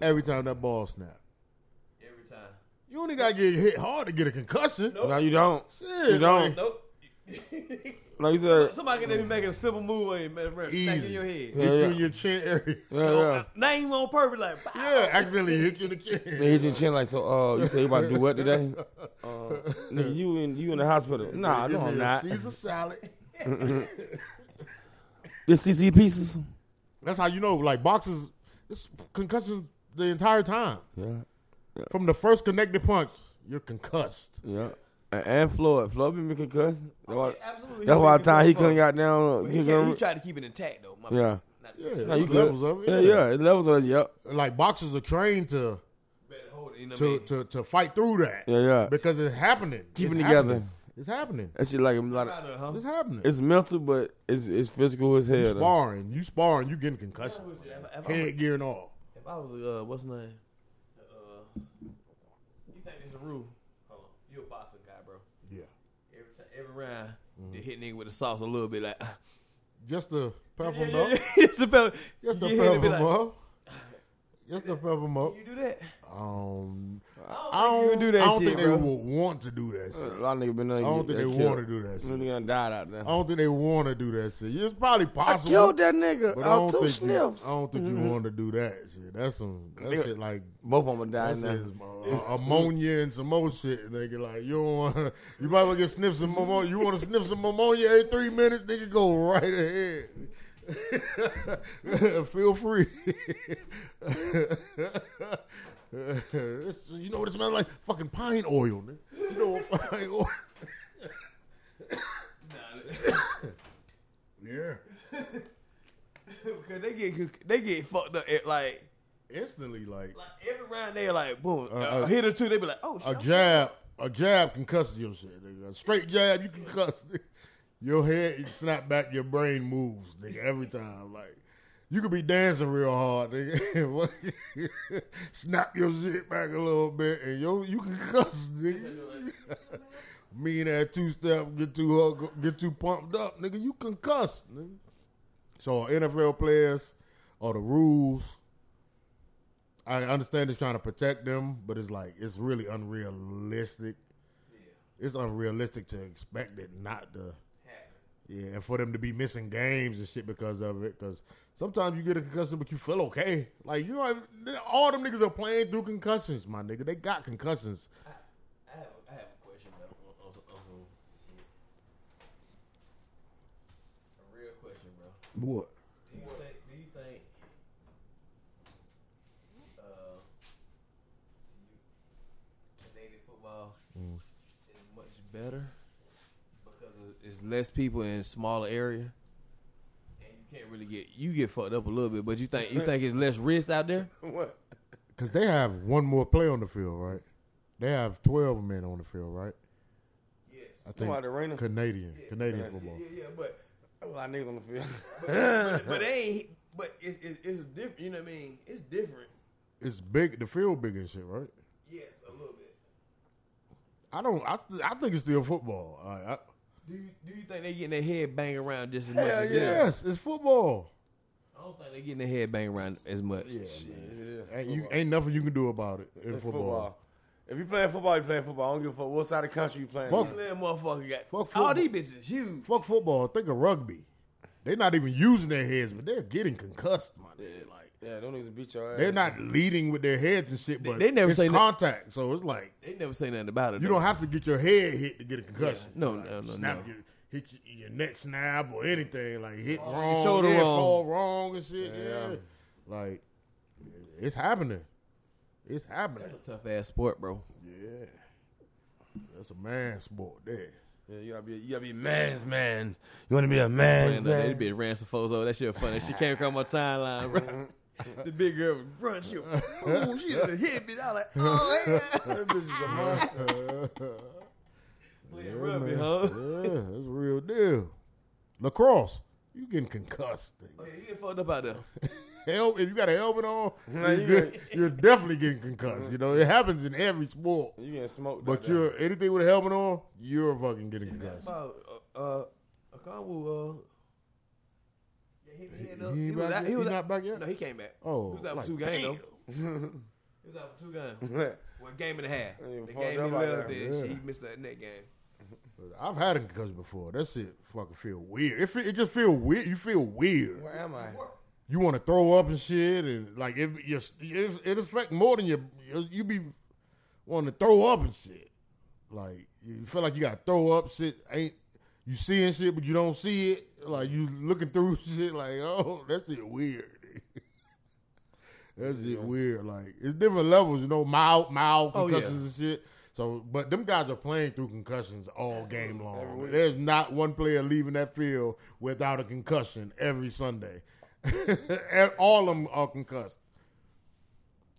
Every time that ball snap. every time. You only gotta get hit hard to get a concussion. No, you don't. Shit, You don't. like, Nope. *laughs* No, you said Somebody can even make a simple move on you, man. man, Easy. Back in your head. hit uh, Yeah, you yeah. in your chin area. *laughs* yeah, yeah. Name on purpose, like bow. Yeah, accidentally hit you in the They chin. hit your chin like so. Uh, you say you about to do *laughs* what today? Uh, nigga, you in you in the hospital? Nah, Give no, me I'm a not. *laughs* Caesar salad. This CC pieces. That's how you know, like boxers, it's concussions the entire time. Yeah, From the first connected punch, you're concussed. yeah. And, and Floyd, Floyd been concussed. That's why, Absolutely. that's why the time he Fuck. couldn't got down. But He He, kept- he couldn't, tried to keep it intact though. My Yeah. bad. Yeah, Not- Nah, there's you good. levels of it. yeah, yeah. It levels of it. Yep. Like boxers are trained to better hold it, you know what I to, mean? to to fight through that. Yeah, yeah. Because it's happening. Keep It's it together. happening. It's happening. That shit like a lot of. Proud of, huh? It's happening. It's mental, but it's it's physical as hell. you though. sparring. You sparring. You getting concussion. If- if- if- Head gear and all. If I was a, uh, what's his name? Uh, you think it's a rule? Hold on. You a boxing guy, bro. Yeah. Every time, every round, Mm-hmm. they hit nigga with the sauce a little bit like. Just to pep Yeah, them yeah, up. yeah. *laughs* It's about- Just to you hit pep it, be them like, up. Just to pep them *laughs* up. Can you do that? Um, I I don't, don't, think you can do that I don't shit, think they bro. would want to do that. A Shit. lot of niggas been. I don't think they wanna do that shit. Nigga done died out there. I don't think they want to do that shit. It's probably I possible. killed that nigga. But I out don't, two think you, I sniffs. Mm-hmm. don't think you want to do that shit. That's some that Nigga, shit like Both of them that died shit now. is, uh, ammonia and some more shit, nigga. Like you don't want you might well get sniff some ammonia. You want to sniff some ammonia every three minutes, nigga. Go right ahead. *laughs* Feel free. *laughs* This- you know what it smells like? Fucking pine oil, nigga. You know what pine oil? *laughs* yeah. Because they get they get fucked up at like Instantly, like like every round they're like boom Uh, uh, uh, a hit or two they be like oh shit, A I'm- jab, a jab can cuss your shit, nigga. A straight jab, you can cuss. nigga. Your head you snap back, your brain moves, nigga, every time. Like you could be dancing real hard, nigga. *laughs* snap your shit back a little bit, and yo, you can cuss, nigga. *laughs* Mean that two step, get too hug, get too pumped up, nigga. You can cuss, nigga. So NFL players or the rules. I understand it's trying to protect them, but it's like it's really unrealistic. It's unrealistic to expect it not to Happen. Yeah, and for them to be missing games and shit because of it, because sometimes you get a concussion but you feel okay. Like you know, I- all them niggas are playing through concussions, my nigga. They got concussions. I have, I have a question though. On, on, some- on some shit. A real question, bro. What? Do you think? Do you think? Uh, Canadian football is much better because of- it's less people in a smaller area, and you can't really get you get fucked up a little bit. But you think you think it's less risk out there? *laughs* What? Because they have one more play on the field, right? They have twelve men on the field, right? Yes. I about the Raider? Canadian, Canadian footbll Yeah, yeah, but A lot of niggas on *laughs* the field. *laughs* but, but they ain't. But it, it, it's different. You know what I mean? It's different. It's big. The field big and shit, right? Yes, a little bit. I don't. I, st- I think it's still football. I, I, Do you, do you think they getting their head banged around just as much? Hell as yeah. them? Yes, it's football. I don't think they getting their head banged around as much. Ain't, you, ain't nothing you can do about it in It's football. football. If you playing football, you playing football. I don't give a fuck what side of the country you playing. Fuck. These little motherfucker got Fuck all football. these bitches huge. Fuck football. Think of rugby. They're not even using their heads, but they're getting concussed, my nigga. Like in. Yeah, them niggas beat your ass. they're not leading with their heads and shit, but they never it's say that- contact. So it's like They never say nothing about it. you though. don't have to get your head hit to get a concussion. No, Like, no, no, snap no. Your, hit your, your neck snap or anything like hit wrong, shoulder yeah, wrong. fall wrong and shit. Yeah. Yeah. like it's happening. It's happening. That's a tough ass sport, bro. Yeah, that's a man sport. There. Yeah, you gotta be. You gotta be a man's man. You wanna be a man's Man, that man. bitch ran some foes over. That shit funny. She came across my timeline, *laughs* bro. the big girl was run. She was, boom, she had a hit bitch. I was like, oh, *laughs* yeah. That bitch is a monster. Playing Yeah, rugby, man. huh? Yeah, that's a real deal. Lacrosse, you getting concussed. Yeah, Nigga. you get fucked up out there. Hel- if you got a helmet on, Man, you you're, you're definitely getting concussed. You know, it happens in every sport. *laughs* You getting smoked. But out there. you're anything with a helmet on, you're fucking getting concussed. about uh, uh, Okonwu, uh, yeah, he, he, had up- He he was back out. yet? He was He out- not back yet? No, he came back. Oh, he was out like, for two games damn. though. *laughs* He was out for two games. *laughs* One game and a half. I ain't The fucked game up he like left, that. and Yeah. she missed that next game. I've had a concussion before. That shit fucking feel weird. It, feel, it just feel weird. You feel weird. Where am I? You want to throw up and shit, and like it, you're, it, it affect more than you. You be wanting to throw up and shit. Like you feel like you got to throw up shit. Ain't you seeing shit, but you don't see it. Like you looking through *laughs* shit. Like oh, that shit weird. *laughs* That's shit weird. Like it's different levels, you know, mild mild Oh, yeah. concussions and shit. So, but them guys are playing through concussions all game Every long. week. There's not one player leaving that field without a concussion every Sunday. *laughs* And all of them are concussed.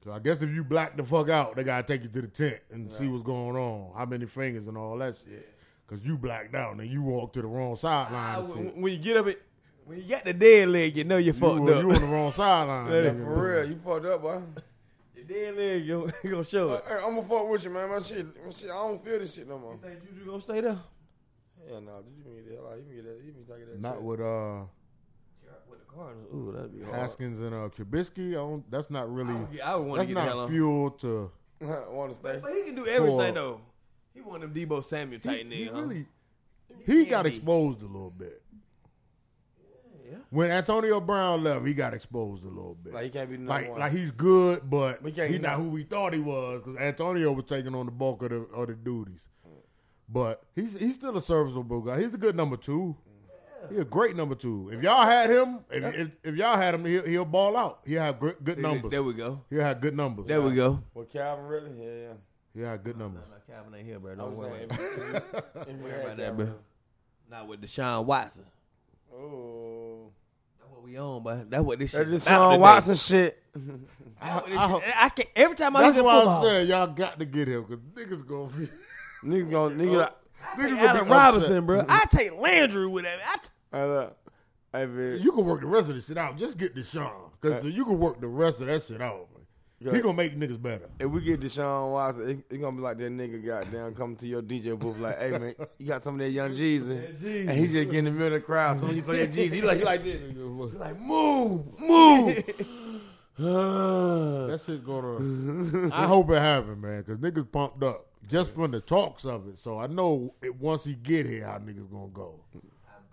So I guess if you black the fuck out, they gotta take you to the tent and see what's going on, how many fingers and all that shit. Cause you blacked out and you walk to the wrong sideline. Ah, and shit. when, when you get up, it, when you got the dead leg, you know you're You, fucked on- up. you on the wrong sideline. That is nigga. For real, you fucked up, boy. *laughs* the dead leg, you *laughs* you gonna show Hey, it. I'm gonna fuck with you, man. My shit, my shit, I don't feel this shit no more. You think Juju gonna stay there? Hell no, dude, you can get that. Like, you can get that. You can get that. Not *laughs* shit. with uh With the Cardinals, ooh, that'd be hard. Haskins and uh Trubisky. I don't, that's not I really would, get- I would want that's to get the hell not on. fuel to want to stay. But he can do everything For- though. He one of them Debo Samuel he, type he niggas. huh? really he can't got be. exposed a little bit. Yeah. When Antonio Brown left, he got exposed a little bit. Like he can't be the number like one. like he's good, but We he's can't- not who we thought he was because Antonio was taking on the bulk of the of the duties. But he's he's still a serviceable guy. He's a good number two. He's a great number two. If y'all had him, if if, if y'all had him, he'll, he'll ball out. He'll have great, good See, numbers. There we go. he'll have good numbers. There we go. with Calvin Ridley, yeah, yeah. He'll have good numbers. No, no, Calvin ain't here, bro. I Don't was worry saying, about it. if- if we worry had about that, Calvin bro. Not with Deshaun Watson. Ridley. Oh, That's what we on, bro. That's what this shit. that's just about Sean today. Watson shit. That's what this I- shit- I can, every time I That's look why at I'm football, saying y'all got to get him because niggas gonna be Nigga gonna nigga. I niggas take gonna Allen be Robinson. Robinson, bro. I take Landry with that. I t- Hey, look. Hey, man. You can work the rest of this shit out. Just get Deshaun because you can work the rest of that shit out. Man. Yeah. He gonna make niggas better. If we get Deshaun Watson, it's it gonna be like that nigga goddamn coming to your DJ booth like, hey man, you got some of that young Jeezy. Jeezy. And he just get in the middle of the crowd. So when you play that Jeezy, he like, he like *laughs* this. He like, move, move. That shit *laughs* gonna. I hope it happened, man, because niggas pumped up just from the talks of it. So I know it, once he get here, how niggas gonna go.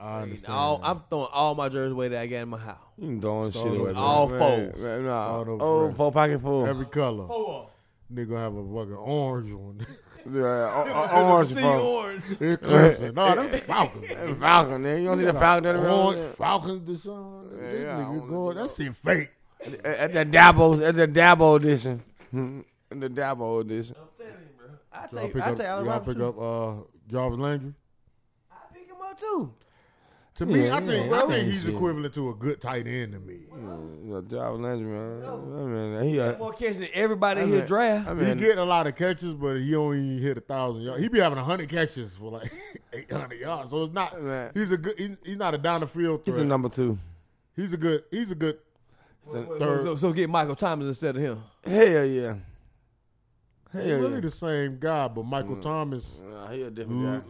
I understand. All, I'm throwing all my jerseys away that I got in my house. *laughs* you can throw shit Start away. over. All bro. folds. Right, right, nah. Start over, Oh, right. four pocket full. Every color. Four. Nigga have a fucking orange one. *laughs* Yeah, o- o- *laughs* orange, bro. orange. It's Clemson. No, that's Falcons. man. Falcon, nigga. You don't see the Falcon on the Orange road? Falcons, Deshaun. This yeah, I nigga wanna going. do That shit fake. At- At the Dabo, at the Dabo edition. *laughs* In the Dabo edition. I'm telling you, bro. I Y'all take, pick I up. take Allen Y'all Robinson. pick up uh, Jarvis Landry. I pick him up too. To me, Yeah, I think I yeah, I think think he's shit. equivalent to a good tight end to me. Yeah, Jarvis Landry, man. That man, he Uh, Got a, more catches than everybody in mean- his draft. I He mean, getting a lot of catches, but he don't even hit a thousand yards. He be having hundred catches for like *laughs* eight hundred yards. So it's not. Man. He's a good. He's, he's not a down the field he's threat. a number two. He's a good. He's a good. He's a- Wait, wait, third. So, so get Michael Thomas instead of him. Hell yeah. He's Hell really yeah. the same guy, but Michael Thomas. Nah, he a different guy.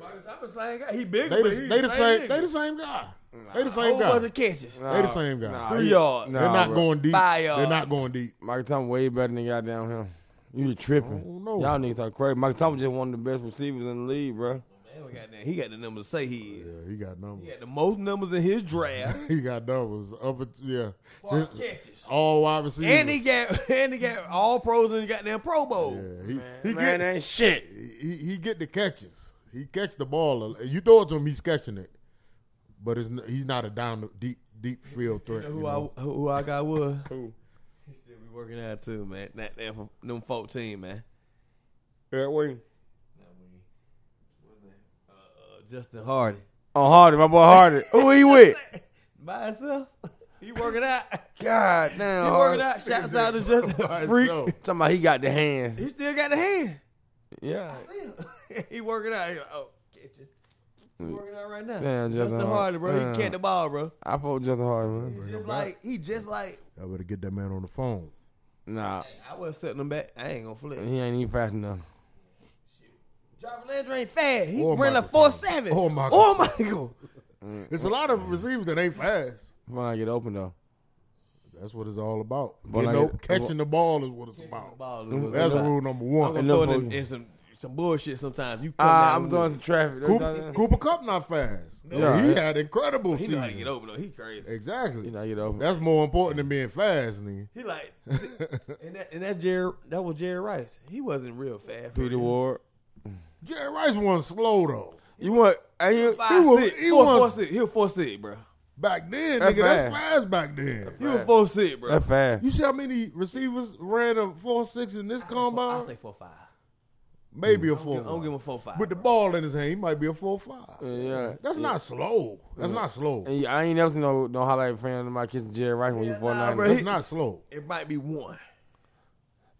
Michael Thomas same guy. He bigger. They the, they the same. They the same guy. They the same Whole bunch guy. of catches. They the same guy. Nah, Three he- yards. They're not bro. going deep. Five They're yards. not going deep. Michael Thomas way better than goddamn him. You just tripping. don't know. Y'all niggas talk crazy. Michael Thomas just one of the best receivers in the league, bro. Man, we got that. He got the numbers to say he is. Yeah, he got He numbers. had the most numbers in his draft. He got doubles. Up at, yeah. Four Since- catches. all wide receivers. And he got *laughs* and he got all pros and he got them Pro Bowl. yeah, he, he man, get ain't shit. he, he get the catches. He catch the ball. a- You throw it to him, he's catching it. But it's, n- he's not a down the- deep deep field You threat. know You who know? I who I got was. Who? He still be working out too, man. Not there for them fourteen, man. Yeah, wait. Not we. What's that? Uh, uh, Justin Hardy. *laughs* Oh, Hardy, my boy *laughs* Hardy. Who he with? By himself. *laughs* He working out. *laughs* God He damn. working Hardy. out. Shouts out to Justin. Freak. Talking about he got the hands. He still got the hand. Yeah. *laughs* he working out. He like, oh, catch it. He working out right now. Damn, Justin Justin Hardy. Hardy, bro. Damn. He catch the ball, bro. I fought Justin Hardy, man. Just like he just like I better get that man on the phone. Nah, I was setting him back. I ain't gonna flip. he ain't even fast enough. Jarvis Landry ain't fast. He Oh Or ran a Michael four Thomas. seven. Or Michael Oh Michael. It's a lot of receivers that ain't fast. When I get open, though. That's what it's all about. But you I know, get- catching the ball is what it's Ball about. was good. That's rule number I'm one. gonna And throw no it in, bull- in some some bullshit sometimes. You come Ah, down I'm with going it. to traffic. Cooper, Cooper Cup not fast. Yeah. he had incredible He know how to get season. over though. He crazy. Exactly. You know, I get open. That's more important than being fast, nigga. *laughs* He like and that and that Jerry that was Jerry Rice. He wasn't real fast. Peter Ward. Jerry Rice wasn't slow though. You want? Hey, you, Five, you want- six, he four, was- four, six. He was four six, bro. Back then, That's nigga, that's fast. fast back then. He was four six, bro. That fast. You see how many receivers ran a four six in this I combine? say four five. Maybe a I don't give- I don't give four. him a four five. With the ball in his hand, he might be a four five. Yeah. That's not slow. That's not slow. And I ain't never seen no no highlight fan of my kitchen Jerry Rice when Yeah, he 49. nah, bro, That's he- not slow. it might be one.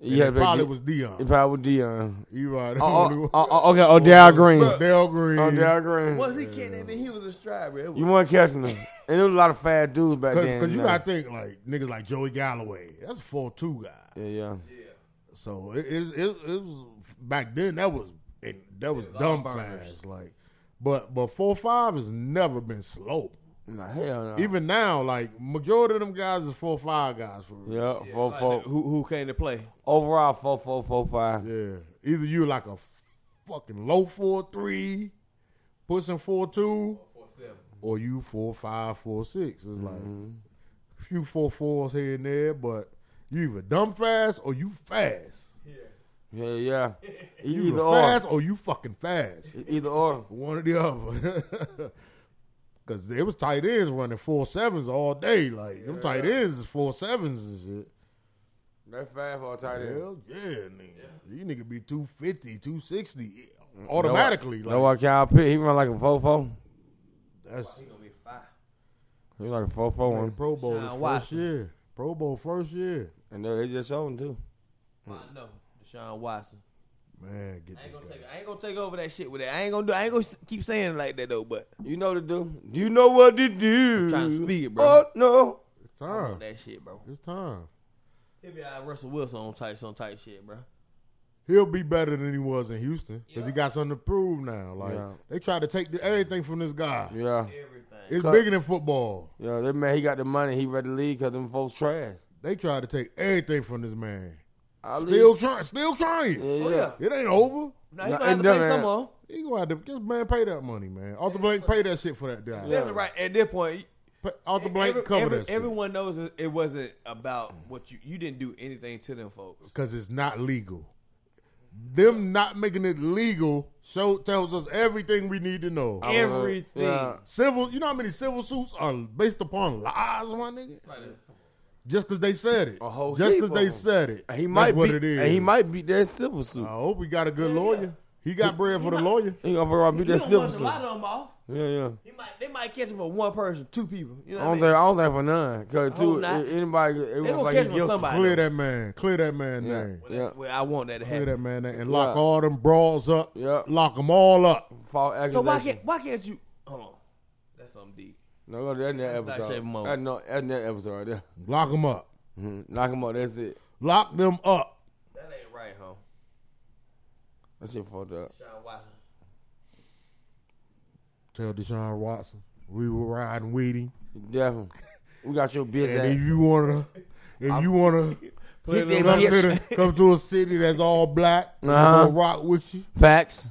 Yeah, yeah, it probably was Dion. It probably was Dion. You right. *laughs* Uh, Oh, oh, oh, oh, okay, Odell Green. Dale Green. Odell Green. Once he catch that, man, he was a stride, bro. It was- You weren't catching him. And there was a lot of fat dudes back then. Because you uh, know. got to think like niggas like Joey Galloway. That's a four two guy. Yeah, yeah. So it, it, it, it was back then. That was it, that was dumb fast. Like, but but four five has never been slow. Nah, hell no. Even now, like majority of them guys is four five guys for real. yeah, four, four. who who came to play? Overall, four, four, four, five. Yeah. Either you like a fucking low four three, pushing four two, Four seven. or you four five, four six. It's Mm-hmm. like a few four fours here and there, but you either dumb fast or you fast. Yeah, yeah. E- You Either either or. E- fast or you fucking fast. Either or. One or the other. *laughs* Cause it was tight ends running four sevens all day. Like them tight ends is four sevens and shit. That fast for a tight end. Hell yeah, nigga. These nigga be 250, 260 Mm-hmm. automatically. No, like, like, Kyle Pitt, he run like a four, four. that's He gonna be five. He was like a four, four man, one. Pro Bowl Sean his first Watson. year. Pro Bowl first year. And they they just showed him too. Hmm. I know. Deshaun Watson. Man, get I this ain't gonna guy. take. I ain't gonna take over that shit with that. I ain't gonna do. I ain't gonna s- keep saying it like that though. But You know what to do. Do you know what to do? I'm trying to speak it, bro. Oh no. It's I want time. that shit, bro. It's time. He be out Russell Wilson on type some type shit, bro. He'll be better than he was in Houston because he Yeah. got something to prove now. Like Yeah. they tried to take the, everything from this guy. Yeah. Everything. It's Cut. bigger than football. Yeah, that man, he got the money. He ready to leave because them folks trash. They tried to take everything from this man. Ali. Still trying. Still trying. yeah, Uh-huh. Oh, yeah. yeah. It ain't over. Now you Nah, gonna have to it pay don't have- some on. He gonna have to just man pay that money, man. Arthur Blank pay that shit for that guy. Yeah. Definitely right at this point. Pay, Arthur Blank E, every- cover every- that shit Everyone knows it- it wasn't about what you you didn't do anything to them folks. because it's not legal. Them not making it legal show tells us everything we need to know. I don't know. Everything. Yeah. Civil, you know how many civil suits are based upon lies, my nigga? Just because they said it. A whole Just heap because they of 'em. said it. He That's might what beat, it is. Oh. and he might beat that civil suit. I hope he got a good lawyer. He got bread for the lawyer. He gonna overall beat that you don't civil want a suit. lot of them off. Yeah, yeah. He might, they might catch him for one person, two people. You I know what I don't mean? think I don't think for none. Cause hope two, not. anybody, They everyone's gonna like catch he him for guilty. somebody. Clear that man. Clear that man Yeah. name. Yeah. Well, I want that to Clear happen. that man name and lock Yeah. all them brawls up. Yeah. Lock them all up. False So accusation. why can't why can't you? Hold on, that's something deep. No, go to that next Black episode. Shaver Mode. That no, that next episode right there. Lock them up. Mhm. Knock him out. That's it. Lock them up. That ain't right, huh? That shit fucked up. Sean Watson. Tell Deshaun Watson we were riding with him. Definitely. We got your bitch And if ass. you wanna, if you *laughs* wanna Hit come, that to bitch. the, *laughs* come to a city that's all black, and Uh-huh. gonna rock with you. Facts.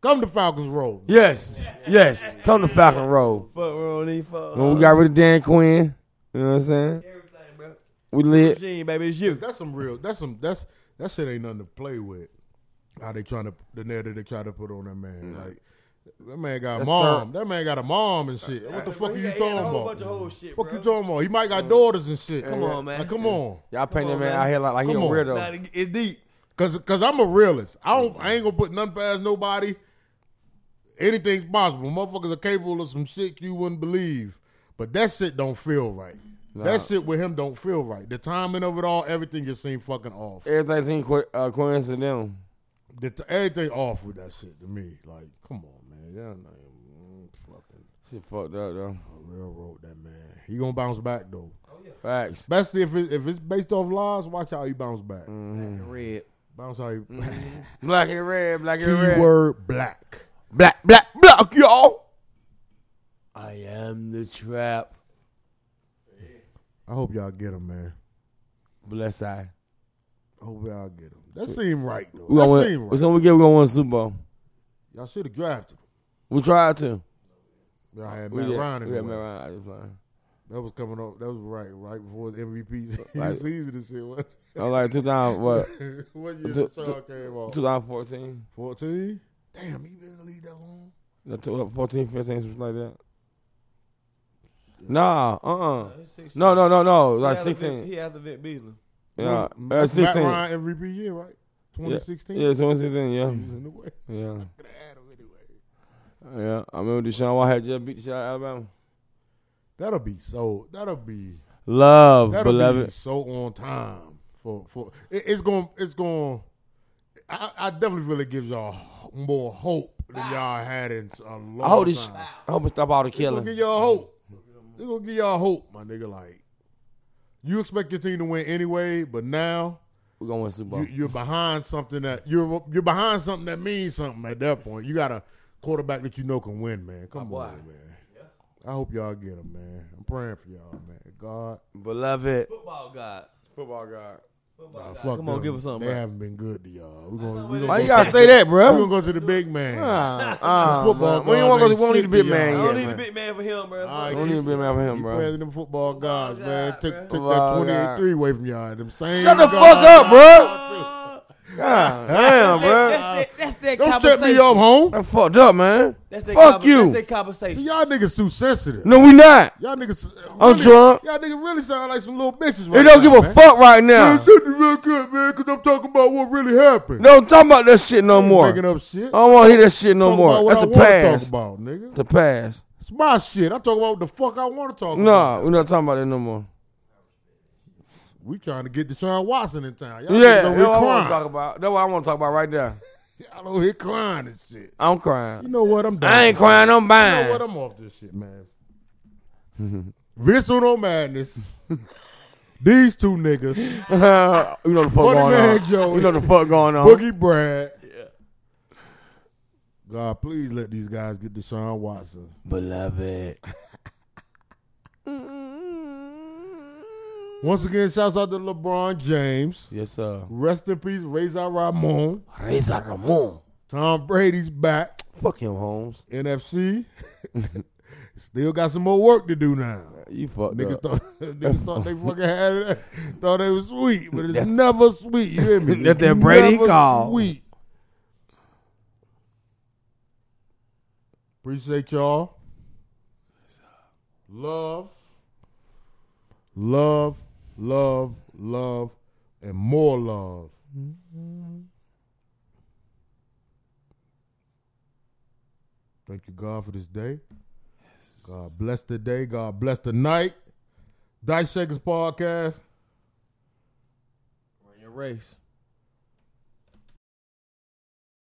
Come to Falcons Road. Yes. Yes. Come to Falcon Road. Fuck, we're on these fuck. When we got rid of Dan Quinn, you know what I'm saying? everything, bro. We lit. Machine, baby, it's you. That's some real. That's some. That's that shit ain't nothing to play with. How they trying to the narrative they try to put on that man? Mm. Like that man got a That's mom. That man got a mom and shit. What the fuck Bro, are he you got- he had talking a whole bunch about? of whole shit, Fuck bro. you talking about? He might got daughters and shit. Come on, man. Like, come on. Y'all paint that on, man e- man. out here like, like he a Come on. weirdo. Nah, it- it's deep. Cause, cause I'm a realist. I don't. I ain't gonna put nothing past nobody. Anything's possible. Motherfuckers are capable of some shit you wouldn't believe. But that shit don't feel right. Nah. That shit with him don't feel right. The timing of it all, everything just seemed fucking off. Everything seemed co- uh, coincidental. The t- everything off with that shit to me. Like, come on, man. Yeah, man. fucking Shit fucked up though. railroad that man. He gonna bounce back though. Facts. Especially if it, if it's based off lies, watch how you bounce back. Mm. Red. Bounce how you. Black and red, black and *laughs* red. Keyword black. Black, black, black, y'all. I am the trap. I hope y'all get him, man. Bless I. I hope y'all get him. That seemed right though. We gonna That win. seemed What's right. gonna we get? We gonna win the Super Bowl. Y'all should have drafted him. We tried to. Y'all had We Matt did. Ryan. in We the had Matt way. Ryan. I just playing. That was coming up. That was right, right before his *laughs* MVP Like- *laughs* season. This year, what? I was like 2000, what? *laughs* what year Two- the song came off? 2014, Fourteen. Damn, he been in the league that long. No, two- 14, 15, something like that. Nah, uh, uh No, no, no, no. Like He 16. had the Vic Beasley. Yeah, uh, That's Matt 16. Ryan MVP year, right? Yeah, 2016. yeah, 2016. He was Yeah, in the *laughs* way. yeah, Could have had him anyway. yeah. I remember Deshaun White had just beat the shot out of Alabama. That'll be so. That'll be. Love, That'll be beloved. so on time for for. It, it's going. It's going. I, I definitely feel it gives y'all h- more hope than y'all had in a long I hope time. this. I hope it stop all the They gonna killing. give y'all hope. They gonna give y'all hope, my nigga. Like you expect your team to win anyway, but now We're gonna win Super Bowl. you, you're behind something that you're you're behind something that means something at that point. You got a quarterback that you know can win, man. Come on, man. I hope y'all get him, man. I'm praying for y'all, man. God, Beloved. Football god. Football God. Football I god. fucked Come on, them. give us something, They bro. haven't been good to y'all. We're gonna, we Why gonna, you go, gotta say that, we gonna bro? go to the big man. Uh, uh, Football man. we don't God want to. ain't We don't need shit a big to man y'all. I yet, don't need a man. big man for him, bro. All right, Don't need a big man for him, You bro. praising them football gods, Oh, God, man. Take, bro. take that Football 28 God. 3 away from y'all. Them same Shut the fuck gods. up, bro. Uh, God damn, bro. that's, that, that's that Don't conversation. set me up, home. I'm fucked up, man. That's that Fuck conver- you. That's that conversation. Y'all niggas too sensitive. No, we not. Y'all niggas. uh, I'm really- drunk. Y'all niggas really sound like some little bitches. Right They now, don't give a man. fuck right now. Man, take me real good, man, because I'm talking about what really happened. Don't talk about that shit no more. I Making up shit. don't want to hear that shit no Talk about more. what That's I a want to talk pass. about, nigga. It's a pass. It's my shit. I talk about what the fuck I want to talk about. Nah, we're not talking about that no more. We trying to get Deshaun Watson in town. Y'all Yeah, yeah, that's over what here I want to crying. talk about. That's what I want to talk about right there. Y'all over here crying and shit. I'm You crying. know what? I'm done. I ain't crying. I'm You know what? buying. I'm off this shit, *laughs* man. Visceral no madness. *laughs* These two niggas, *laughs* you know the fuck Funny going man, on. Joey. You know the fuck going on. Boogie Brad. God, please let these guys get Deshaun Watson. Beloved. Once again, shouts out to LeBron James. Yes, sir. Rest in peace, Razor Ramon. Reza Ramon. Tom Brady's back. Fuck him, Holmes. NFC. *laughs* Still got some more work to do now. You fucked Niggas up. thought, *laughs* niggas thought they fucking had it. Thought they was sweet, but it's never sweet. You hear me? It's That's that Brady never call. Sweet. Appreciate y'all. Love, love, love, love, and more love. Thank you, God, for this day. God bless the day. God bless the night. Dice Shakers Podcast. Run your race.